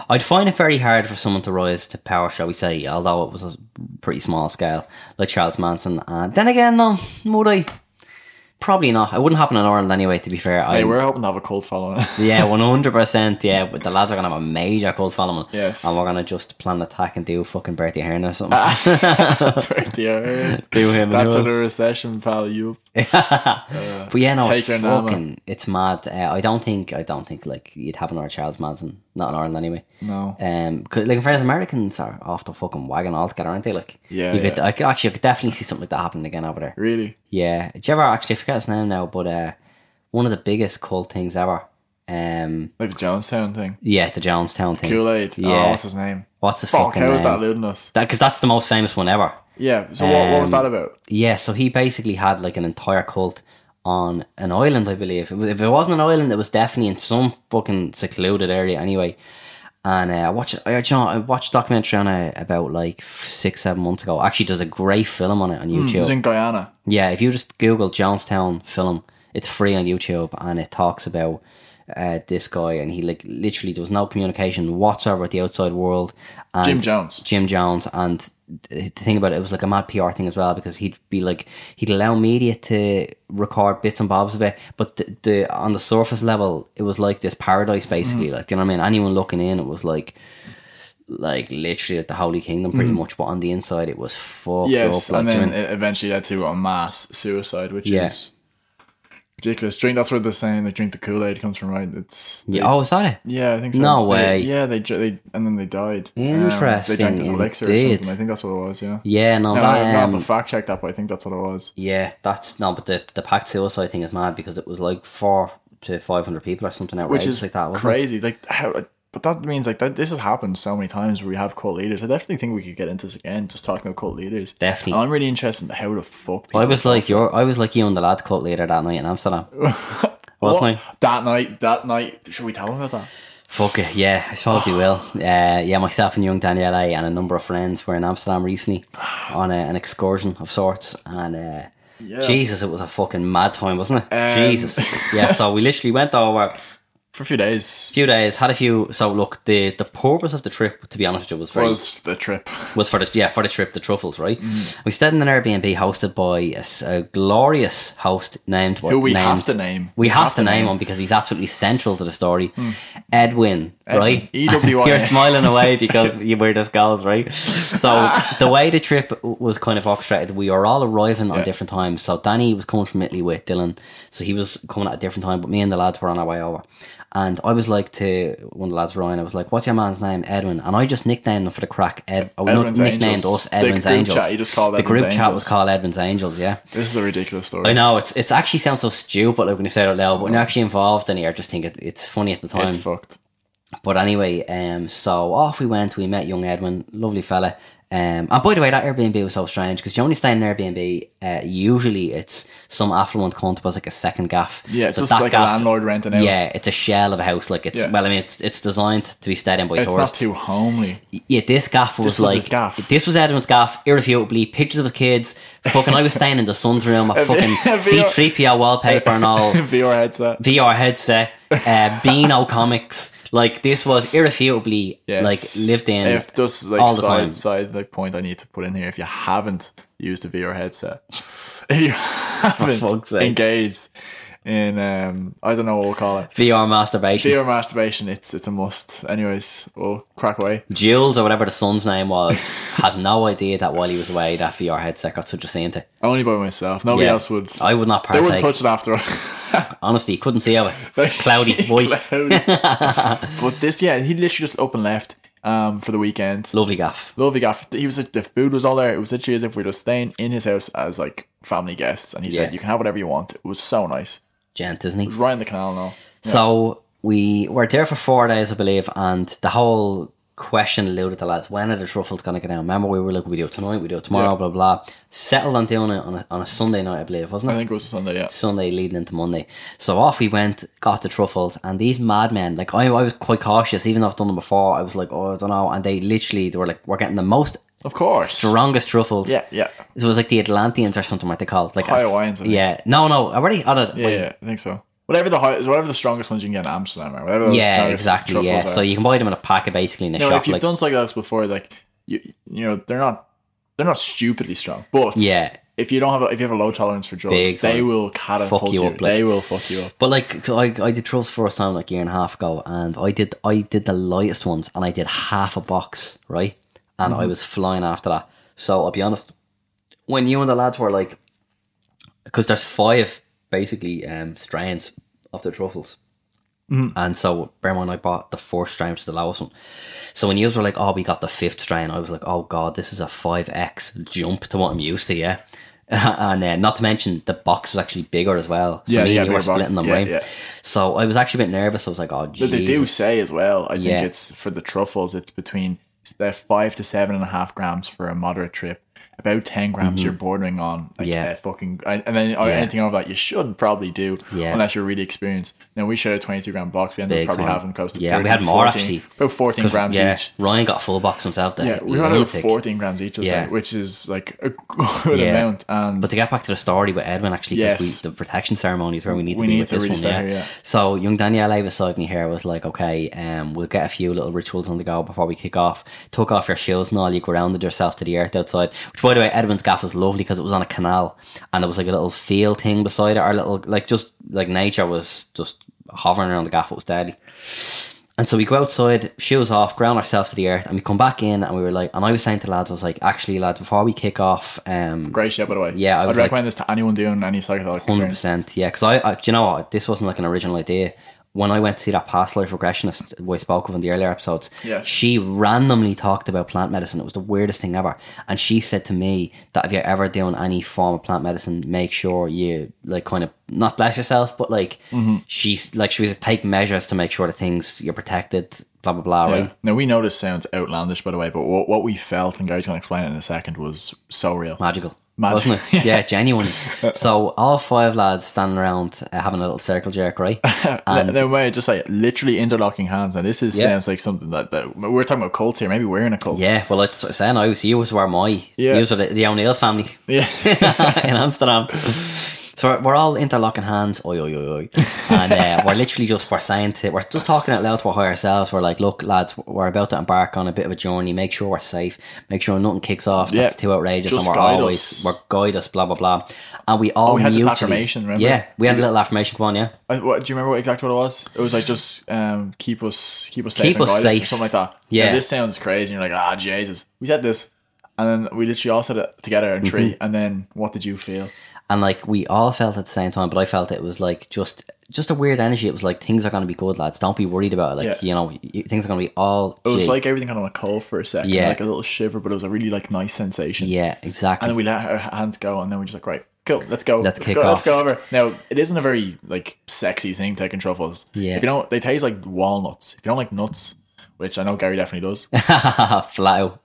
S2: I'd find it very hard for someone to rise to power, shall we say? Although it was a pretty small scale, like Charles Manson. And then again, no, would I? Probably not. It wouldn't happen in Ireland anyway. To be fair,
S6: Hey,
S2: I'm-
S6: we're hoping to have a cult following.
S2: Yeah, one hundred percent. Yeah, but the lads are gonna have a major cult following.
S6: Yes.
S2: and we're gonna just plan an attack and do fucking Bertie Ahern or something.
S6: Pretty hard.
S2: do him. and
S6: That's
S2: who
S6: a
S2: else?
S6: recession, pal. You.
S2: But yeah, no, it's
S6: Take your name
S2: fucking, it's mad. Uh, I don't think, I don't think like you'd have another Charles Manson, not in Ireland anyway.
S6: No.
S2: Um, 'cause, like in fairness, Americans are off the fucking wagon altogether, aren't they? Like,
S6: Yeah,
S2: you could,
S6: yeah.
S2: I could actually, I could definitely see something like that happening again over there.
S6: Really?
S2: Yeah. Did you ever actually I forget his name now? But uh, one of the biggest cult things ever. Um,
S6: Like the Jonestown thing.
S2: yeah, the Jonestown thing.
S6: Kool Aid.
S2: Yeah.
S6: Oh, what's his name?
S2: What's his
S6: Fuck,
S2: fucking
S6: how is
S2: name?
S6: that eluding us?
S2: That because that's the most famous one ever.
S6: Yeah. So what, what was
S2: Um,
S6: that about?
S2: Yeah, so he basically had like an entire cult on an island, I believe. It was- If it wasn't an island, it was definitely in some fucking secluded area anyway. And uh, I watched, I, you know, I watched a documentary on it about like six, seven months ago. Actually, there's a great film on it on
S6: Hmm, It
S2: YouTube.
S6: was in Guyana.
S2: Yeah, if you just Google Jonestown film, it's free on YouTube, and it talks about uh, this guy, and he like literally there was no communication whatsoever with the outside world. And
S6: Jim Jones.
S2: Jim Jones, and th- the thing about it, it was like a mad PR thing as well because he'd be like he'd allow media to record bits and bobs of it, but the, the on the surface level, it was like this paradise basically.
S6: Mm-hmm.
S2: Like, do you know what I mean? Anyone looking in, it was like. Like literally, like the Holy Kingdom, pretty much, but on the inside, it was fucked
S6: Mm. Yes,
S2: up. Like,
S6: and
S2: do you know what I
S6: then
S2: mean?
S6: it eventually led to a mass suicide, which
S2: Yeah.
S6: is ridiculous. Drink. That's where they're saying they drink the Kool Aid comes from, right? It's
S2: Yeah, oh, is that it?
S6: Yeah, I think so.
S2: No
S6: They-
S2: way.
S6: Yeah, they, dr- they and then they died. Um, they
S2: Interesting,
S6: drank this elixir or
S2: indeed.
S6: something. I think that's what it was. Yeah.
S2: Yeah, no,
S6: No,
S2: that,
S6: I'm gonna have
S2: um,
S6: to fact check that, but I think that's what it was.
S2: yeah, that's no, but the the packed suicide thing is mad because it was like four to 500 people or something outrageous
S6: which is
S2: like that, wasn't it?
S6: crazy. Like how, but that means like that. This has happened so many times where we have cult leaders. I definitely think we could get into this again, just talking about cult leaders.
S2: Definitely.
S6: And I'm really interested in how the fuck.
S2: I
S6: people-
S2: was like your, I was like you and the lad cult later that night in Amsterdam, wasn't I?
S6: Oh, that night. That night. Should we tell them about that?
S2: Fuck it, yeah, I suppose you will. Uh, yeah, myself and young Danielle and a number of friends were in Amsterdam recently on a, an excursion of sorts, and uh, Jesus, it was a fucking mad time, wasn't it? Jesus, yeah. So we literally went over
S6: For a few days
S2: few days, had a few. So look, the the purpose of the trip, to be honest with you, was very
S6: was the trip.
S2: was for the yeah for the trip the truffles right
S6: Mm-hmm.
S2: we stayed in an airbnb hosted by a s- a, glorious host named
S6: Who we
S2: named-
S6: have to name. Hmm.
S2: we have, to name him because he's absolutely central to the story edwin, right
S6: EWIN.
S2: you're smiling away because you were just goals right so the way the trip w- was kind of orchestrated we were all arriving on
S6: Yeah.
S2: different times so danny was coming from italy with dylan so he was coming at a different time but me and the lads were on our way over and I was like to one of the lads, Ryan. I was like, "What's your man's name, Edwin?" And I just nicknamed him for the crack. Ed, I
S6: Edwin's
S2: nicknamed
S6: Angels.
S2: us Edwin's
S6: The group
S2: Angels.
S6: chat, you just called
S2: the
S6: Edwin's
S2: group chat was
S6: Angels.
S2: called Edwin's Angels. Yeah,
S6: This is a ridiculous story.
S2: I know it's it's actually sounds so stupid like when you say it out loud, but when you're actually involved in it, I just think it, it's funny at the time.
S6: It's fucked.
S2: But anyway, um, so off we went. We met young Edwin, lovely fella. Um, and by the way, that Airbnb was so strange because you only stay in an Airbnb. Uh, usually, it's some affluent cunt was like a second gaff.
S6: Yeah, it's
S2: So
S6: just
S2: that
S6: like a landlord renting out.
S2: Yeah, it's a shell of a house. Like it's
S6: Yeah.
S2: well, I mean, it's, it's designed to be stayed in by
S6: It's not
S2: tourists.
S6: too homely.
S2: Yeah, this gaff was,
S6: was
S2: like
S6: his gaff.
S2: this was Edwin's gaff, irrefutably. Pictures of his kids. Fucking, I was staying in the son's room. A fucking C
S6: VR
S2: three PO wallpaper and all.
S6: VR headset.
S2: VR headset. Uh, Beano comics. Like this was irrefutably
S6: Yes.
S2: like lived in.
S6: If just like
S2: all the
S6: side
S2: time.
S6: side like point I need to put in here, if you haven't used a VR headset, if you haven't
S2: fuck's sake.
S6: engaged in um I don't know what we'll call it.
S2: VR masturbation.
S6: VR masturbation, it's it's a must. Anyways, we'll crack away.
S2: Jules or whatever the son's name was has no idea that while he was away, that VR headset got such a scene to.
S6: Only by myself. Nobody
S2: Yeah.
S6: else would
S2: I would not
S6: they
S2: partake.
S6: wouldn't touch it after
S2: Honestly, couldn't see how it. Cloudy, boy.
S6: Cloudy. But this yeah, he literally just up and left um for the weekend.
S2: Lovely gaff.
S6: Lovely gaff. He was the food was all there. It was literally as if we were just staying in his house as like family guests, and he
S2: Yeah.
S6: said you can have whatever you want. It was so nice.
S2: Gent, isn't he?
S6: It was right in the canal now.
S2: So we were there for four days, I believe, and the whole question alluded to lads, when are the truffles going to go down? Remember, we were like, we do it tonight, we do it tomorrow,
S6: Yeah.
S2: blah, blah. Settled on doing it on a, on a Sunday night, I believe, wasn't it?
S6: I think it was a Sunday. Yeah,
S2: Sunday leading into Monday. So off we went, got the truffles, and these madmen, like I, I was quite cautious, even though I've done them before, I was like, oh, I don't know. And they literally, they were like, we're getting the most
S6: of course.
S2: strongest truffles.
S6: Yeah, yeah.
S2: It was like the Atlanteans or something, what they called. Like a-
S6: Hawaiians, I think.
S2: Yeah. No, no, already on it.
S6: Yeah, yeah, I think so. Whatever the high, whatever the strongest ones you can get in Amsterdam, or whatever. Those
S2: Yeah,
S6: strongest
S2: exactly. Yeah.
S6: truffles are.
S2: So you can buy them in a packet basically in a
S6: you know,
S2: shop.
S6: if you've
S2: like,
S6: done something like this before, like you, you know, they're not, they're not stupidly strong, but
S2: Yeah.
S6: if you don't have, a, if you have a low tolerance for drugs,
S2: Big
S6: they
S2: time.
S6: will catapult
S2: Fuck you up, like-
S6: They will fuck you up.
S2: But like I, I did trolls first time like a year and a half ago, and I did I did the lightest ones, and I did half a box, right? And
S6: Mm-hmm.
S2: I was flying after that. So I'll be honest, when you and the lads were like, because there's five basically um, strains of the truffles.
S6: Mm-hmm.
S2: And so, bear in mind, I bought the fourth strain, which is the lowest one. So when you were like, "Oh, we got the fifth strain," I was like, "Oh God, this is a five x jump to what I'm used to." Yeah, and uh, not to mention the box was actually bigger as well. So
S6: Yeah,
S2: me
S6: yeah,
S2: and you were
S6: bigger box.
S2: splitting them,
S6: Yeah,
S2: right?
S6: yeah.
S2: So I was actually a bit nervous. I was like, "Oh,
S6: But
S2: Jesus."
S6: they do say as well. I think
S2: Yeah.
S6: it's for the truffles. It's between they're five to seven and a half grams for a moderate trip. About ten grams, you're bordering on like
S2: Mm-hmm. Yeah.
S6: yeah. fucking, and and then uh, anything over that you should probably do
S2: Yeah.
S6: unless you're really experienced. Now we shared a twenty-two gram box. We ended
S2: Big
S6: up probably
S2: time.
S6: having close to
S2: Yeah, we
S6: 13,
S2: had more
S6: 14
S2: actually.
S6: about fourteen
S2: 'Cause,
S6: grams
S2: yeah,
S6: each.
S2: Ryan got a full box himself. There,
S6: Yeah, we had about
S2: Lunatic.
S6: fourteen grams each,
S2: Yeah.
S6: yeah. which is like a good
S2: Yeah.
S6: amount. And
S2: But to get back to the story with Edwin, actually, because
S6: Yes.
S2: we, the protection ceremony is where we need to
S6: We
S2: be
S6: need
S2: with
S6: to
S2: this
S6: really
S2: one.
S6: stay
S2: Yeah.
S6: here, yeah.
S2: So young Danielle beside me here was like, okay, um, we'll get a few little rituals on the go before we kick off. Took off your shoes and all, you grounded yourself to the earth outside. Which, by the way, Edwin's gaff was lovely because it was on a canal and it was like a little field thing beside it. Our little, like, just like nature was just hovering around the gaff. It was deadly. And so we go outside, shoes off, ground ourselves to the earth, and we come back in, and we were like, and I was saying to lads, I was like, actually, lads, before we kick off, um,
S6: great shit, by the way.
S2: Yeah, I
S6: I'd
S2: was like-
S6: recommend this to anyone doing any psychedelic
S2: Hundred
S6: experience.
S2: percent, yeah. Because I, I, do you know what? This wasn't like an original idea. when I went to see that past life regressionist we spoke of in the earlier episodes,
S6: Yeah.
S2: she randomly talked about plant medicine. It was the weirdest thing ever. And she said to me that if you're ever doing any form of plant medicine, make sure you like kind of not bless yourself, but like
S6: Mm-hmm.
S2: she's like she was take measures to make sure that things you're protected, blah blah blah, right?
S6: Now we know this sounds outlandish, by the way, but what, what we felt, and Gary's going to explain it in a second, was so real.
S2: magical.
S6: Magic.
S2: Wasn't it? Yeah, genuinely. so all five lads standing around uh, having a little circle jerk, right?
S6: And no way, just like literally interlocking hands. And this is
S2: Yeah.
S6: sounds like something that, that we're talking about cults here. Maybe we're in a cult.
S2: yeah, well, that's what I'm saying. I was, you was where my,
S6: Yeah.
S2: yeah. you were the, the O'Neill family
S6: Yeah.
S2: in Amsterdam. So we're, we're all interlocking hands, oi, oi, oi, oi. And uh, we're literally just, we're saying to, we're just talking out loud to our higher selves. We're like, look, lads, we're about to embark on a bit of a journey. Make sure we're safe. Make sure nothing kicks off.
S6: Yeah.
S2: That's too outrageous.
S6: Just
S2: and we're
S6: guide
S2: always,
S6: us. Oh,
S2: we're guide us, blah, blah, blah. And we all
S6: we had this
S2: mutually-
S6: affirmation, remember?
S2: Yeah, we had a little affirmation. Come on, yeah.
S6: I, what, do you remember what, exactly what it was? It was like just um, keep us keep us safe
S2: Keep
S6: and
S2: us
S6: guide
S2: safe.
S6: or something like that.
S2: Yeah.
S6: Now, this sounds crazy. And you're like, ah, Jesus. We said this, and then we literally all said it together in three.
S2: Mm-hmm.
S6: And then what did you feel?
S2: and like we all felt at the same time but i felt it was like just just a weird energy it was like things are going to be good lads don't be worried about it like
S6: Yeah.
S2: you know y- things are going to be all
S6: It
S2: G.
S6: was like everything kind of went cold for a second,
S2: Yeah.
S6: like a little shiver, but it was a really like nice sensation.
S2: yeah exactly
S6: And then we let our hands go, and then we're just like, right, cool, let's go.
S2: Let's kick
S6: go,
S2: off.
S6: Let's go over. Now, it isn't a very like sexy thing taking truffles.
S2: Yeah.
S6: If you don't, they taste like walnuts. If you don't like nuts, which I know Gary definitely does,
S2: flat out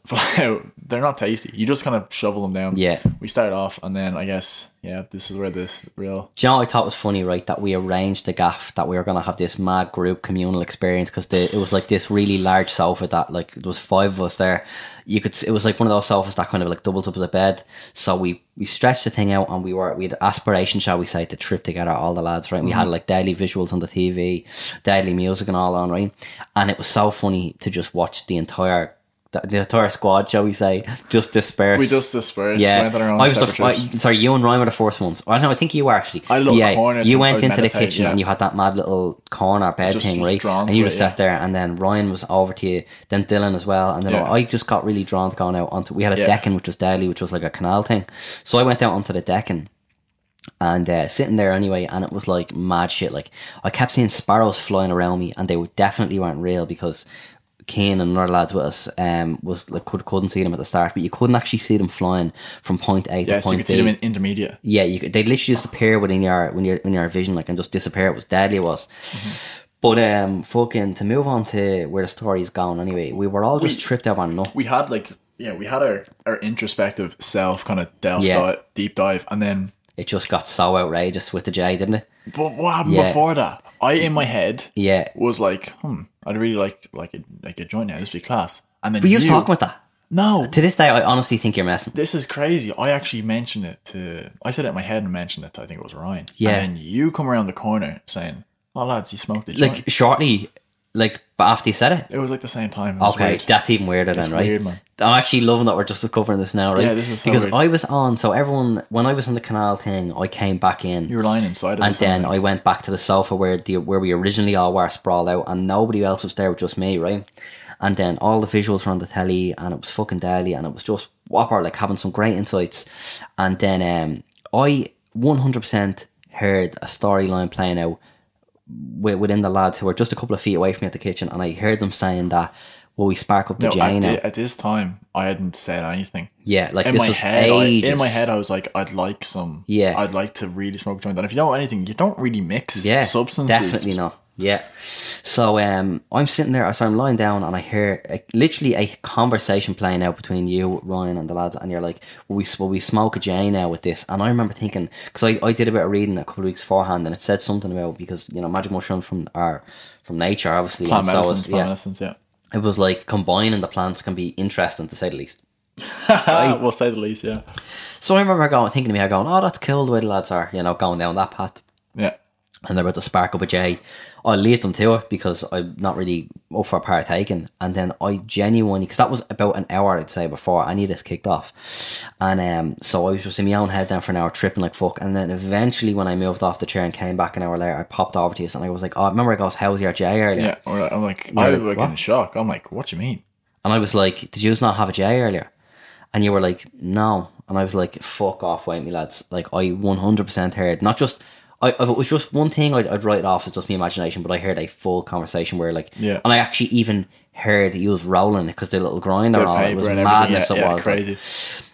S6: they're not tasty. You just kind of shovel them down.
S2: Yeah.
S6: We started off, and then I guess, yeah, this is where this real.
S2: Do you know what I thought was funny, right? That we arranged the gaff that we were going to have this mad group communal experience because it was like this really large sofa that like there was five of us there. You could s- it was like one of those sofas that kind of like doubled up as a bed. So we we stretched the thing out and we were we had aspiration, shall we say, to trip together all the lads, right? And we
S6: Mm-hmm.
S2: had like daily visuals on the TV, daily music and all on, right? And it was so funny to just watch the entire the, the entire squad, shall we say, just disperse.
S6: We just dispersed.
S2: Yeah,
S6: Went on our own
S2: I was the f-
S6: separate trips.
S2: I- sorry. You and Ryan were the first ones. I know. I think you were actually.
S6: I looked
S2: yeah,
S6: cornered
S2: You
S6: and
S2: went
S6: I was
S2: into the
S6: meditating,
S2: kitchen
S6: yeah.
S2: and you had that mad little corner bed
S6: Just
S2: thing,
S6: was
S2: right?
S6: drawn
S2: And you
S6: to
S2: just
S6: it, yeah.
S2: sat there, and then Ryan was over to you, then Dylan as well, and then
S6: Yeah.
S2: I just got really drawn to going out onto. We had a
S6: Yeah.
S2: decking which was deadly, which was like a canal thing. So I went out onto the decking. And uh, sitting there anyway, and it was like mad shit. Like I kept seeing sparrows flying around me, and they were definitely weren't real because Kane and another lads with us um was like could couldn't see them at the start, but you couldn't actually see them flying from point A to
S6: yeah, so you
S2: point B.
S6: could see them in intermediate.
S2: yeah, you could, they literally just appear within your when your when your vision like and just disappear. It was deadly. It was.
S6: Mm-hmm.
S2: But um, fucking to move on to where the story's gone. Anyway, we were all just
S6: We-
S2: tripped out on no.
S6: we had like yeah we had our our introspective self kind of delve
S2: Yeah.
S6: dive, deep dive and then
S2: It just got so outrageous with the J, didn't it?
S6: but what happened
S2: Yeah.
S6: before that i in my head
S2: Yeah.
S6: was like hmm i'd really like like a, like a joint now this would be class and then
S2: But you was talking about that.
S6: no
S2: To this day, I honestly think you're messing.
S6: this is crazy i actually mentioned it to i said it in my head and mentioned it to, i think it was ryan
S2: Yeah.
S6: and then you come around the corner saying oh lads you smoked a joint
S2: Like shortly, like but after you said it.
S6: it was like the same time It was
S2: Okay,
S6: weird.
S2: that's even weirder
S6: It's
S2: then, right?
S6: weird, man.
S2: I'm actually loving that we're just discovering this now, right?
S6: Yeah, this is so
S2: because
S6: weird.
S2: I was on. So everyone, when I was on the canal thing, I came back in.
S6: you were lying inside
S2: and then I went back to the sofa where the where we originally all were sprawled out, and nobody else was there, just me, right? And then all the visuals were on the telly, and it was fucking daily, and it was just whopper, like having some great insights. And then um, I 100% heard a storyline playing out wi- within the lads who were just a couple of feet away from me at the kitchen, and I heard them saying that, "Will we spark up the
S6: no,
S2: J
S6: at,
S2: now?"
S6: thi- at this time i hadn't said anything
S2: yeah, like
S6: in
S2: this
S6: my
S2: was
S6: head, I,
S2: ages.
S6: in my head, I was like, I'd like some.
S2: Yeah.
S6: I'd like to really smoke a joint. And if you don't know anything, you don't really mix
S2: yeah,
S6: substances.
S2: Definitely not. Yeah. So um, I'm sitting there, so I'm lying down, and I hear a, literally a conversation playing out between you, Ryan, and the lads, and you're like, "Will we, will we smoke a J now with this?" And I remember thinking, because I, I did a bit of reading a couple of weeks beforehand, and it said something about because you know magic mushrooms from are from nature, obviously,
S6: Plant
S2: and so
S6: medicines,
S2: it's-
S6: plant
S2: yeah,
S6: medicines, yeah.
S2: it was like combining the plants can be interesting to say the least.
S6: we'll say the least, yeah.
S2: So I remember going thinking to me, I going, "Oh, that's cool the way the lads are, you know, going down that path."
S6: Yeah.
S2: and they're about to spark up a J. I leave them to it because I'm not really up for partaking. And then I genuinely, because that was about an hour, I'd say, before any of this kicked off. And um, so I was just in my own head down for an hour, tripping like fuck. And then eventually, when I moved off the chair and came back an hour later, I popped over to you and I was like, oh, remember I goes, how's your J earlier?
S6: Yeah. Or I'm like,
S2: You're
S6: I
S2: like,
S6: was like in
S2: what?
S6: shock. I'm like, what do you mean?
S2: And I was like, did you not have a J earlier? And you were like, no. And I was like, fuck off, wait me lads. Like I 100% heard, not just, I, if it was just one thing, I'd, I'd write it off as just my imagination. But I heard a full conversation where, like,
S6: Yeah.
S2: and I actually even heard he was rolling it because the little grinder and all it was madness.
S6: yeah,
S2: it
S6: yeah,
S2: was like.
S6: crazy.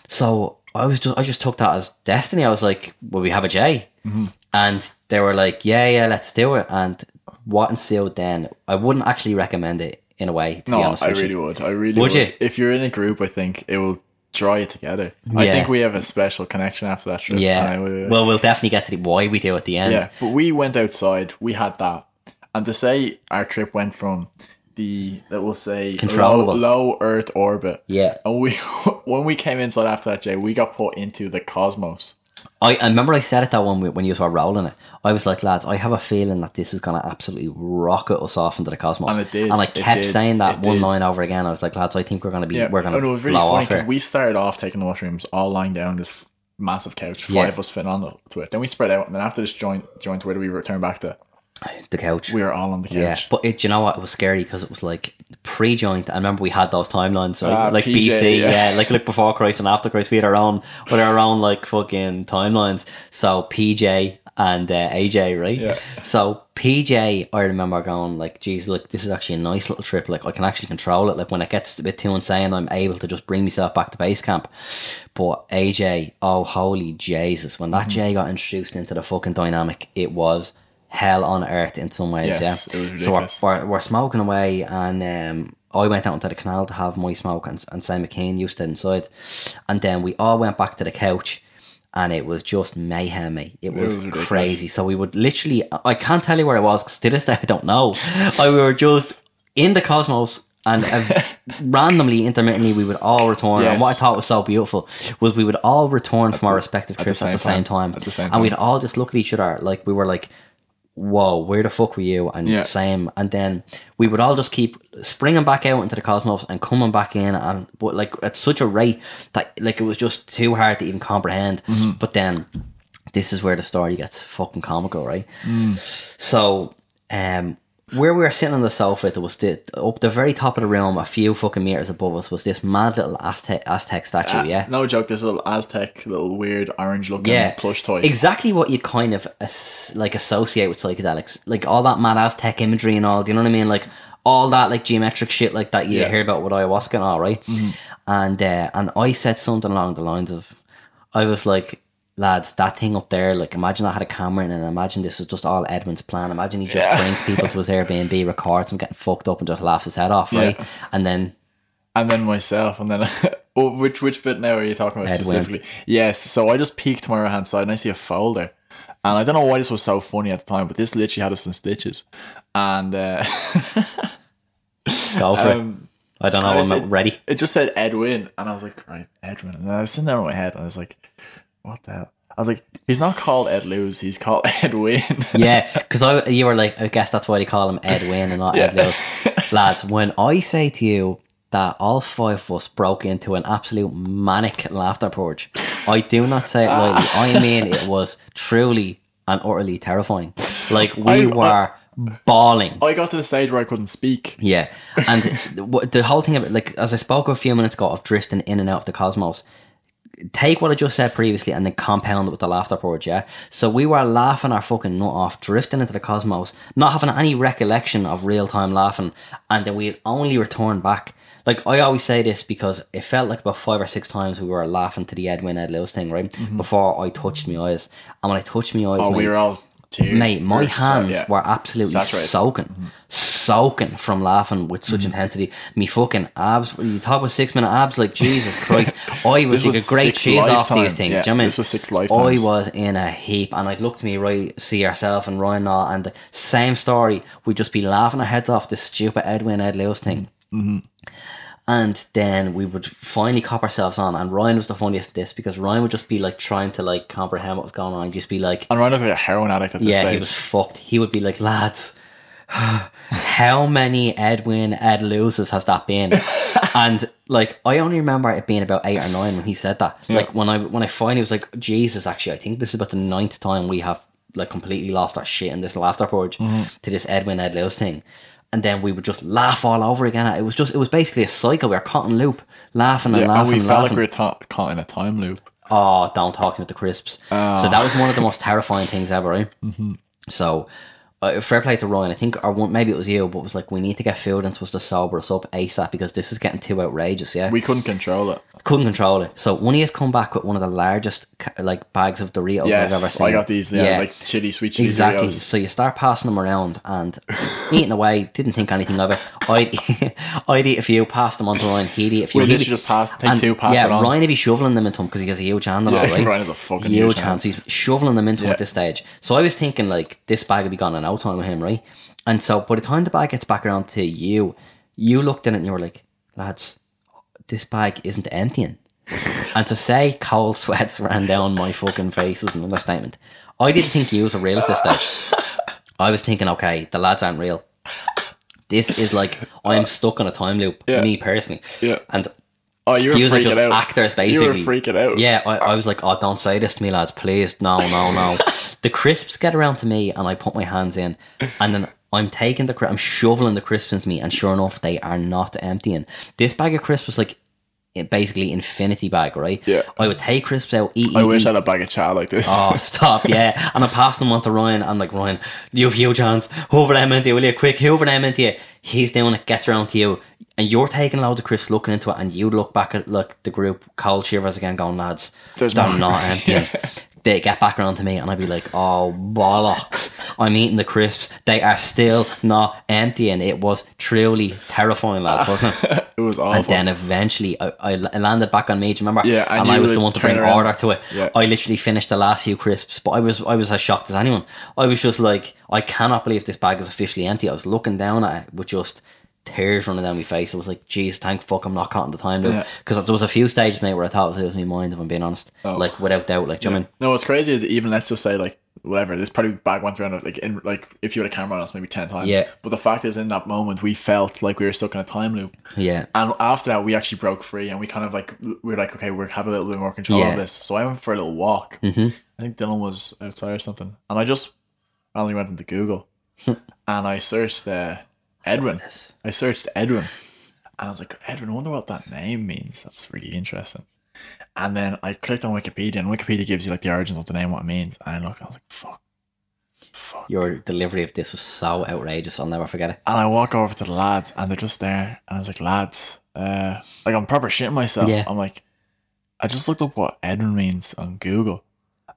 S2: So I was just, I just took that as destiny. I was like, "Well, we have a J?"
S6: Mm-hmm.
S2: and they were like, "Yeah, yeah, let's do it." And what ensued then? I wouldn't actually recommend it in a way. To
S6: no,
S2: be honest
S6: I
S2: with
S6: really
S2: you.
S6: would. I really
S2: Would
S6: would.
S2: you?
S6: If you're in a group, I think it will draw you together. I
S2: Yeah.
S6: think we have a special connection after that trip.
S2: Yeah.
S6: And I would-
S2: well, we'll definitely get to the why we do at the end.
S6: yeah. But we went outside. We had that, and to say our trip went from the that we'll say low,
S2: Controllable.
S6: low Earth orbit.
S2: Yeah.
S6: And we when we came inside after that, Jay, we got put into the cosmos.
S2: I, I remember I said it that one when you were rolling it. I was like, lads, I have a feeling that this is going to absolutely rocket us off into the cosmos.
S6: And it did.
S2: And I
S6: It
S2: kept
S6: did.
S2: saying that
S6: It
S2: one
S6: did.
S2: line over again. I was like, lads, I think we're going to be, we're going
S6: and
S2: to
S6: Oh, it was really
S2: blow
S6: funny
S2: off
S6: because
S2: here.
S6: we started off taking the mushrooms, all lying down on this massive couch, five
S2: Yeah.
S6: of us fitting on to it. Then we spread out, and then after this joint joint where we returned back to,
S2: the couch.
S6: we were all on the couch.
S2: yeah, but it, do you know what? It was scary because it was like pre-joint. I remember we had those timelines, so
S6: Ah,
S2: like
S6: PJ,
S2: BC, yeah.
S6: yeah.
S2: like like before Christ and after Christ, we had our own, with our own like fucking timelines. So PJ and uh, AJ, right?
S6: Yeah.
S2: So PJ, I remember going like, "Geez, look, this is actually a nice little trip. Like, I can actually control it. Like, when it gets a bit too insane, I'm able to just bring myself back to base camp." But AJ, oh holy Jesus, when
S6: Mm-hmm.
S2: that J got introduced into the fucking dynamic, it was hell on earth in some ways.
S6: Yes,
S2: yeah.
S6: it was
S2: so we're,
S6: ridiculous.
S2: we're, we're smoking away, and um, I went out into the canal to have my smoke, and, and Sam McCain used to inside, and then we all went back to the couch. And it was just mayhem. mate. It was,
S6: was ridiculous.
S2: crazy. So we would literally, I can't tell you where I was 'cause to this day I don't know. I, we were just in the cosmos and uh, randomly, intermittently, we would all return. And what I
S6: Yes.
S2: thought was so beautiful was we would all return from our respective
S6: the
S2: trips at
S6: same
S2: the same
S6: time.
S2: time.
S6: At the same
S2: And we'd
S6: time.
S2: all just look at each other like we were like, whoa, where the fuck were you? And
S6: Yeah.
S2: same. And then we would all just keep springing back out into the cosmos and coming back in. And but like at such a rate that like it was just too hard to even comprehend. But then this is where the story gets fucking comical, right? So, um, where we were sitting on the sofa, there was the, up the very top of the room, a few fucking meters above us, was this mad little Aztec, Aztec statue. yeah,
S6: Uh, No joke, this little Aztec, little weird orange looking
S2: yeah,
S6: plush toy.
S2: Exactly what you'd kind of as- like associate with psychedelics, like all that mad Aztec imagery and all. Do you know what I mean? Like all that like geometric shit like that you
S6: Yeah. Mm-hmm.
S2: hear about with ayahuasca and all, right? And uh, and I said something along the lines of, I was like. Lads, that thing up there, like imagine I had a camera in it and imagine this was just all Edwin's plan. Imagine he just brings people to his Airbnb, records them getting fucked up and just laughs his head off, right?
S6: Yeah.
S2: And then
S6: and then myself, and then oh, which which bit now are you talking about
S2: Edwin.
S6: specifically? Yes, so I just peeked my right hand side and I see a folder, and I don't know why this was so funny at the time, but this literally had us in stitches, and uh,
S2: go for
S6: um,
S2: it. I don't know,
S6: I
S2: I'm
S6: said-
S2: not ready.
S6: it just said Edwin, and I was like, right, Edwin, and I was sitting there in my head, and I was like, what the hell? I was like, he's not called Ed Lewis, he's called Edwin.
S2: yeah, because I you were like, I guess that's why they call him Ed Wynn and not Ed Lewis. Lads, when I say to you that all five of us broke into an absolute manic laughter purge, I do not say it
S6: Ah.
S2: lightly. I mean, it was truly and utterly terrifying. Like, we
S6: I- I-
S2: were bawling.
S6: I got to the stage where I couldn't speak.
S2: Yeah, and the, the whole thing of it, like as I spoke a few minutes ago of drifting in and out of the cosmos. Take what I just said previously and then compound it with the laughter purge, yeah? So we were laughing our fucking nut off, drifting into the cosmos, not having any recollection of real time laughing, and then we only return back. Like, I always say this because it felt like about five or six times we were laughing to the Edwin Ed Lewis thing, right? Before I touched my eyes. And when I touched my eyes,
S6: Mm-hmm. Oh,
S2: mate,
S6: we were all tears.
S2: mate, my
S6: So,
S2: hands
S6: yeah.
S2: were absolutely
S6: Saturated.
S2: soaking, soaking from laughing with such intensity. Me fucking abs. You talk about six minute abs, like Jesus Christ, I was
S6: This
S2: like
S6: was
S2: a great
S6: six
S2: cheese off
S6: lifetime.
S2: these things.
S6: Yeah,
S2: do you know what I mean?
S6: this was six lifetimes.
S2: I was in a heap, and I'd look to me right, see yourself and Ryan and all, and the same story. We'd just be laughing our heads off this stupid Edwin Ed Lewis thing.
S6: Mm-hmm.
S2: And then we would finally cop ourselves on, and Ryan was the funniest at this because Ryan would just be like trying to like comprehend what was going on. He'd just be like,
S6: And Ryan looked like a heroin addict at this
S2: yeah,
S6: stage.
S2: he was fucked. He would be like, lads, how many Edwin Ed loses has that been? and like, I only remember it being about eight or nine when he said that. Like when I when I finally was like, Jesus, actually, I think this is about the ninth time we have like completely lost our shit in this laughter purge
S6: Mm-hmm.
S2: to this Edwin Ed Lewis thing. And then we would just laugh all over again. It was just, it was basically a cycle. We were caught in loop, laughing and
S6: yeah, and
S2: laughing
S6: we
S2: and
S6: felt like
S2: laughing.
S6: we were ta- caught in a time loop.
S2: oh, don't talk to me about the crisps. So that was one of the
S6: Ah.
S2: most terrifying things ever, right? Mm-hmm. So uh, fair play to Ryan. I think, or one, maybe it was you, but it was like, we need to get food and supposed to sober us up ASAP because this is getting too outrageous, yeah?
S6: We couldn't control it.
S2: couldn't control it. So one of you has come back with one of the largest ca- like bags of Doritos I've ever
S6: Yes,
S2: seen.
S6: I got these, yeah, like chili sweet chili
S2: Exactly.
S6: Doritos.
S2: So you start passing them around and eating away. Didn't think anything of it. I'd, I'd eat a few, pass them on to Ryan. He'd eat a few.
S6: We
S2: He'd
S6: literally
S2: be-
S6: just pass, take
S2: and,
S6: two, pass
S2: yeah,
S6: it on.
S2: Ryan would be shoveling them into him because he has a huge hand on
S6: Yeah,
S2: it, right?
S6: Ryan has a fucking
S2: huge
S6: huge
S2: hand.
S6: hand.
S2: So he's shoveling them into him
S6: Yeah.
S2: at this stage. So I was thinking like this bag would be gone in no time with him, right? And so by the time the bag gets back around to you, you looked at it and you were like, lads, this bag isn't emptying. and to say cold sweats ran down my fucking face is an understatement. I didn't think you was real at this stage. I was thinking, okay, the lads aren't real. This is like I'm stuck on a time loop,
S6: Yeah.
S2: me personally.
S6: Yeah.
S2: And
S6: Oh, you were
S2: Yous are
S6: freaking
S2: just
S6: out.
S2: actors, basically.
S6: You were freaking out.
S2: Yeah, I, I was like, oh, don't say this to me, lads, please. No, no, no. the crisps get around to me, and I put my hands in, and then I'm taking the cri- I'm shoveling the crisps into me, and sure enough, they are not emptying. This bag of crisps was like i- basically infinity bag, right?
S6: Yeah.
S2: I would take crisps out, eat,
S6: I
S2: eat,
S6: wish
S2: eat.
S6: I had a bag of chow like this.
S2: Oh, stop, yeah. And I passed them on to Ryan. I'm like, Ryan, you have huge hands. Hoover them into you, will you? Quick, hoover them into you. He's doing it, gets around to you. And you're taking loads of crisps, looking into it, and you look back at like the group, cold shivers again, going, lads,
S6: There's
S2: they're
S6: more."
S2: not emptying. They get back around to me, and I'd be like, oh, bollocks. I'm eating the crisps. They are still not emptying. It was truly terrifying, lads, wasn't it?
S6: It was awful.
S2: And then eventually, I, I l- it landed back on me. Do you remember?
S6: Yeah, and
S2: and I
S6: you
S2: was
S6: would
S2: the one to
S6: turn
S2: bring
S6: around.
S2: order to it.
S6: Yeah.
S2: I literally finished the last few crisps, but I was I was as shocked as anyone. I was just like, I cannot believe this bag is officially empty. I was looking down at it with just tears running down my face. I was like, geez, thank fuck, I'm not caught in the time loop.
S6: Yeah.
S2: Because there was a few stages, mate, where I thought it was losing my mind. If I'm being honest,
S6: Oh.
S2: like without doubt, like do you know what I mean.
S6: No, what's crazy is even let's just say like whatever this probably bag went around like in like if you had a camera on us maybe ten times.
S2: Yeah.
S6: But the fact is, in that moment, we felt like we were stuck in a time loop,
S2: Yeah.
S6: and after that, we actually broke free, and we kind of like we were like, okay, we're have a little bit more control
S2: Yeah.
S6: of this. So I went for a little walk.
S2: Mhm.
S6: I think Dylan was outside or something, and I just randomly went into Google, and I searched uh, Edwin.
S2: Yes.
S6: I searched Edwin. And I was like, Edwin, I wonder what that name means. That's really interesting. And then I clicked on Wikipedia, and Wikipedia gives you like the origins of the name, what it means. And I looked, and I was like, fuck. Fuck.
S2: Your delivery of this was so outrageous. I'll never forget it.
S6: And I walk over to the lads, and they're just there. And I was like, lads, uh, like I'm proper shitting myself.
S2: Yeah.
S6: I'm like, I just looked up what Edwin means on Google,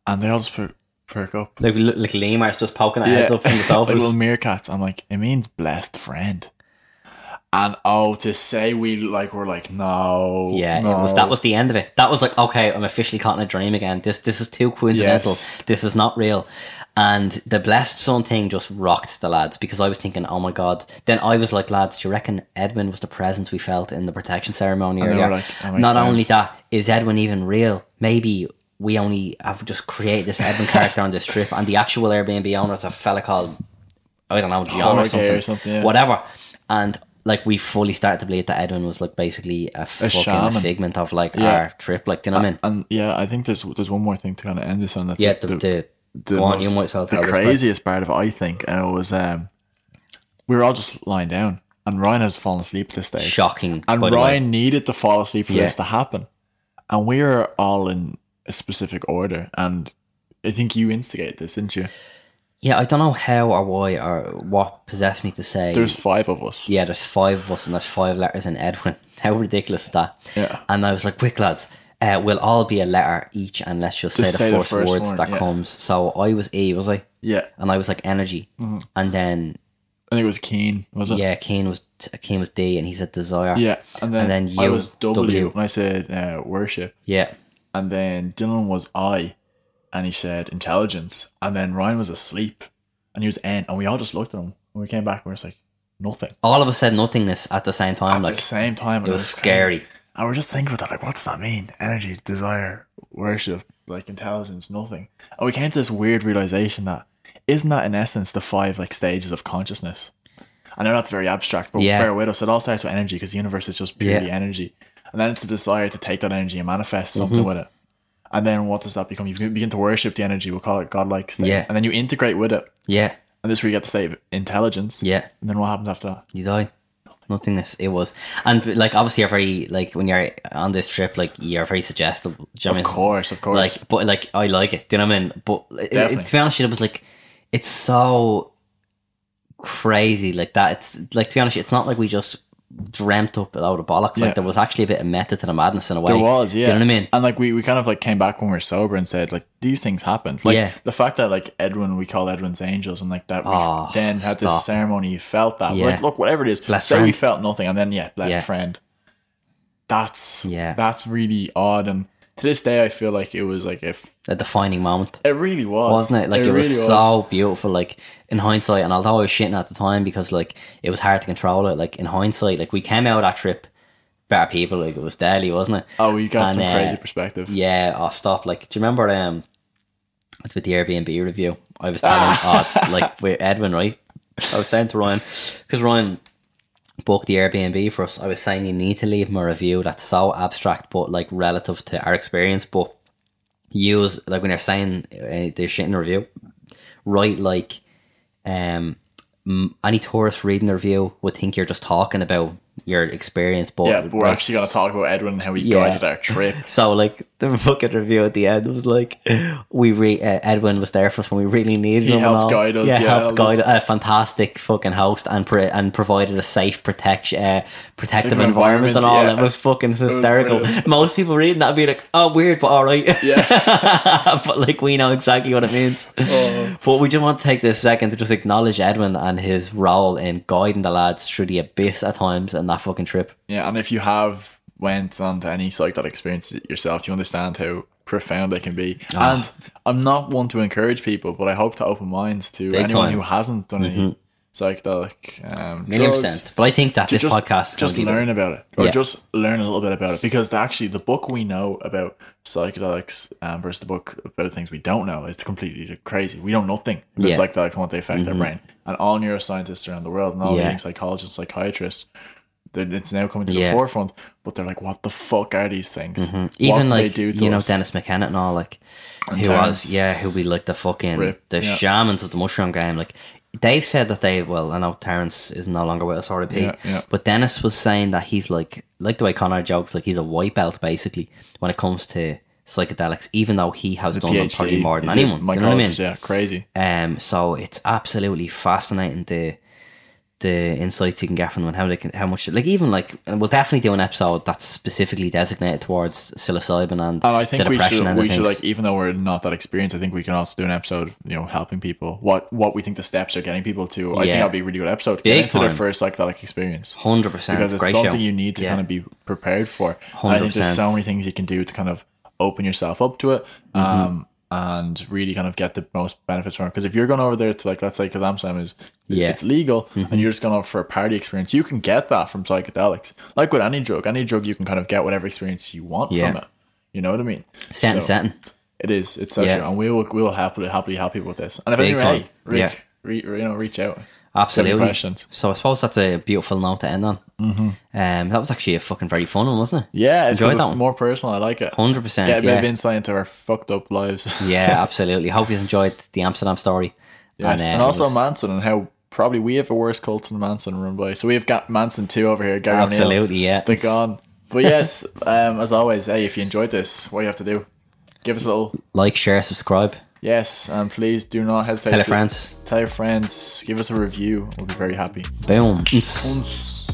S6: and they all just per- perk up.
S2: Like look- like lemurs just poking their heads up from the
S6: like
S2: sofas.
S6: little meerkats. I'm like, it means blessed friend. And oh, to say we like were like no,
S2: Yeah,
S6: no.
S2: it was that was the end of it. That was like, okay, I'm officially caught in a dream again. This this is too coincidental.
S6: Yes.
S2: This is not real. And the blessed son thing just rocked the lads because I was thinking, oh my god. Then I was like, lads, do you reckon Edwin was the presence we felt in the protection ceremony
S6: they
S2: earlier?
S6: were like, that makes
S2: not only
S6: sense.
S2: that, is Edwin even real? Maybe we only have just created this Edwin character on this trip, and the actual Airbnb owner is a fella called I don't know John or
S6: Jorge
S2: something,
S6: or something, yeah.
S2: whatever. And like we fully started to believe that Edwin was like basically a fucking
S6: shaman.
S2: figment of like
S6: Yeah.
S2: our trip. Like, do you know what I mean?
S6: Uh, And yeah, I think there's there's one more thing to kind of end this on. That's
S2: yeah,
S6: like
S2: the, the, go on, you
S6: most-
S2: might as well
S6: the
S2: tell this, but-
S6: craziest part of it, I think, uh, was um, we were all just lying down, and Ryan has fallen asleep at this stage.
S2: Shocking,
S6: And
S2: by the way.
S6: Ryan needed to fall asleep for
S2: Yeah.
S6: this to happen, and we were all in a specific order. And I think you instigated this, didn't you?
S2: yeah, I don't know how or why or what possessed me to say.
S6: There's five of us.
S2: yeah, there's five of us and there's five letters in Edwin. How ridiculous is that?
S6: Yeah.
S2: And I was like, quick lads, uh, we'll all be a letter each and let's just, say, the,
S6: Just say the
S2: first
S6: first
S2: words
S6: one,
S2: that
S6: yeah.
S2: comes. So I was E, was I?
S6: Yeah.
S2: And I was like energy.
S6: Mm-hmm.
S2: And then
S6: I think it was Keen, was it?
S2: yeah, Kane was Kane was D and he said desire.
S6: Yeah. And then,
S2: And then
S6: I
S2: you,
S6: was W,
S2: W.
S6: and I said uh, worship.
S2: Yeah.
S6: and then Dylan was I, and he said intelligence, and then Ryan was asleep, and he was N, and we all just looked at him when we came back. We were just like nothing
S2: All of us said nothingness at the same time.
S6: at
S2: like
S6: the same time. and
S2: it was
S6: crazy.
S2: scary.
S6: And we're just thinking about that, like, what's that mean? Energy, desire, worship, like intelligence, nothing. And we came to this weird realization that isn't that in essence the five like stages of consciousness? I know that's very abstract, but
S2: Yeah.
S6: bear with us. It all starts with energy because the universe is just purely
S2: Yeah.
S6: energy, and then it's a desire to take that energy and manifest something
S2: Mm-hmm.
S6: with it. And then what does that become? You begin to worship the energy. We'll call it godlike state.
S2: Yeah.
S6: And then you integrate with it,
S2: Yeah.
S6: and this is where you get the state of intelligence.
S2: Yeah.
S6: And then what happens after that?
S2: You die. nothingness it was and like obviously you're very like when you're on this trip like you're very suggestible do you know
S6: Of
S2: what I mean?
S6: course, of course.
S2: like but like i like it do you know what i mean but it,
S6: Definitely.
S2: it, to be honest it was like it's so crazy like that it's like to be honest it's not like we just dreamt up a load of bollocks
S6: Yeah.
S2: like there was actually a bit of method to the madness in a way
S6: There was, yeah.
S2: do you know what i mean
S6: And like we, we kind of like came back when we were sober and said like these things happened. Like
S2: Yeah.
S6: the fact that like Edwin we call Edwin's angels and like that we
S2: Oh,
S6: then had
S2: stop.
S6: this ceremony. You felt that.
S2: Yeah.
S6: Like look, whatever it is,
S2: Blessed
S6: say we
S2: friend.
S6: felt nothing, and then yeah, blessed
S2: Yeah.
S6: friend. That's
S2: Yeah.
S6: That's really odd, and to this day I feel like it was like if
S2: a defining moment
S6: it really was,
S2: wasn't it? Like it, was,
S6: really
S2: so beautiful. Like in hindsight, and although I was shitting at the time because like it was hard to control it. Like in hindsight, like we came out of that trip better people. Like it was deadly, wasn't it?
S6: Oh, you got
S2: And,
S6: some
S2: uh,
S6: crazy perspective.
S2: Yeah. Oh, stop. Like, do you remember um with the Airbnb review? I was telling uh, like with Edwin, right? I was saying to Ryan because Ryan booked the Airbnb for us. I was saying you need to leave him a review that's so abstract, but like relative to our experience, but use like when they're saying uh, they're shit in the review, write like um m- any tourist reading the review would think you're just talking about your experience, but
S6: Yeah, but we're
S2: like,
S6: actually going to talk about Edwin and how he
S2: Yeah.
S6: guided our trip.
S2: so like the fucking review at the end was like, we re- uh, Edwin was there for us when we really needed
S6: He
S2: him. and
S6: helped
S2: all.
S6: guide us, yeah,
S2: helped
S6: all this-
S2: guide a fantastic fucking host and pro- and provided a safe protection, uh, protective
S6: Different
S2: environment and all.
S6: environment, yeah.
S2: It was fucking hysterical.
S6: brilliant.
S2: Most people reading that would be like, oh weird, but all right.
S6: Yeah. Oh.
S2: but like we know exactly what it means. But we just want to take this second to just acknowledge Edwin and his role in guiding the lads through the abyss at times and that fucking trip.
S6: Yeah, and if you have went on to any psychedelic experiences yourself, you understand how profound they can be.
S2: Ah.
S6: And I'm not one to encourage people, but I hope to open minds to
S2: Big
S6: anyone
S2: time.
S6: who hasn't done any psychedelic um,
S2: Million
S6: drugs,
S2: percent. But I think that
S6: to
S2: this podcast is
S6: just
S2: gonna be the-
S6: learn about it, or
S2: Yeah.
S6: just learn a little bit about it, because the- actually the book we know about psychedelics um, versus the book about things we don't know, it's completely crazy. We know nothing about
S2: Yeah. Mm-hmm.
S6: psychedelics and what they affect our brain, and all neuroscientists around the world and all
S2: Yeah.
S6: leading psychologists, psychiatrists that it's now coming to
S2: Yeah. Mm-hmm.
S6: the forefront, but they're like, what the fuck are these things? What
S2: even
S6: do
S2: like you know
S6: us?
S2: Dennis McKenna and all like who
S6: Terrence.
S2: was yeah who be like the fucking
S6: Rip,
S2: the
S6: yeah.
S2: shamans of the mushroom game like they've said that they well I know Terrence is no longer with us RIP
S6: Yeah, yeah.
S2: but Dennis was saying that he's like like the way Connor jokes like he's a white belt basically when it comes to psychedelics even though he has done them probably more than
S6: he's a
S2: anyone do you know what I mean
S6: mycologist, yeah, crazy.
S2: um, so it's absolutely fascinating the the insights you can get from them and how they can how much like even like and we'll definitely do an episode that's specifically designated towards psilocybin and,
S6: And I think
S2: the
S6: we
S2: depression
S6: should,
S2: and
S6: we
S2: the
S6: should
S2: things.
S6: like, even though we're not that experienced, I think we can also do an episode, of, you know, helping people what what we think the steps are getting people to. I think
S2: Yeah.
S6: that'd be a really good
S2: Big
S6: episode. Get into their
S2: time.
S6: first psychedelic experience
S2: hundred percent
S6: because it's
S2: great
S6: something
S2: show.
S6: you need to
S2: Yeah.
S6: kind of be prepared for. And I think there's
S2: 100%.
S6: so many things you can do to kind of open yourself up to it.
S2: Mm-hmm.
S6: Um, and really kind of get the most benefits from it because if you're going over there to like let's say because Amsterdam is
S2: Yeah. Mm-hmm.
S6: it's legal and you're just going over for a party experience you can get that from psychedelics like with any drug any drug you can kind of get whatever experience you want from
S2: Yeah.
S6: it you know what I mean
S2: Setting,
S6: So-
S2: setting.
S6: it is. It's so
S2: Yeah.
S6: true, and we will we will happily happily help you with this. And if
S2: Big
S6: anyone, hey,
S2: time.
S6: Rick,
S2: Yeah.
S6: re, re- you know, reach out.
S2: Absolutely.
S6: questions.
S2: So I suppose that's a beautiful note to end on. Mm-hmm. Um, that was actually a fucking very fun one, wasn't it?
S6: Yeah, it's,
S2: Enjoyed
S6: 'cause it's
S2: that one.
S6: more personal. I like it.
S2: Hundred percent.
S6: Get a bit
S2: yeah.
S6: of insight into our fucked up lives.
S2: yeah, absolutely. Hope you enjoyed the Amsterdam story.
S6: Yes. and,
S2: uh, it
S6: also
S2: was-
S6: Manson and how probably we have a worse cult than Manson run by. So we have got Manson too over here. Gary O'Neill.
S2: Absolutely, yeah.
S6: They're gone. But yes, um, as always, hey, if you enjoyed this, what you have to do, give us a little
S2: like, share, subscribe,
S6: yes, and please do not hesitate.
S2: tell your
S6: to-
S2: friends. um
S6: Tell your friends. Give us a review. We'll be very happy.
S2: Boom.
S6: Uns.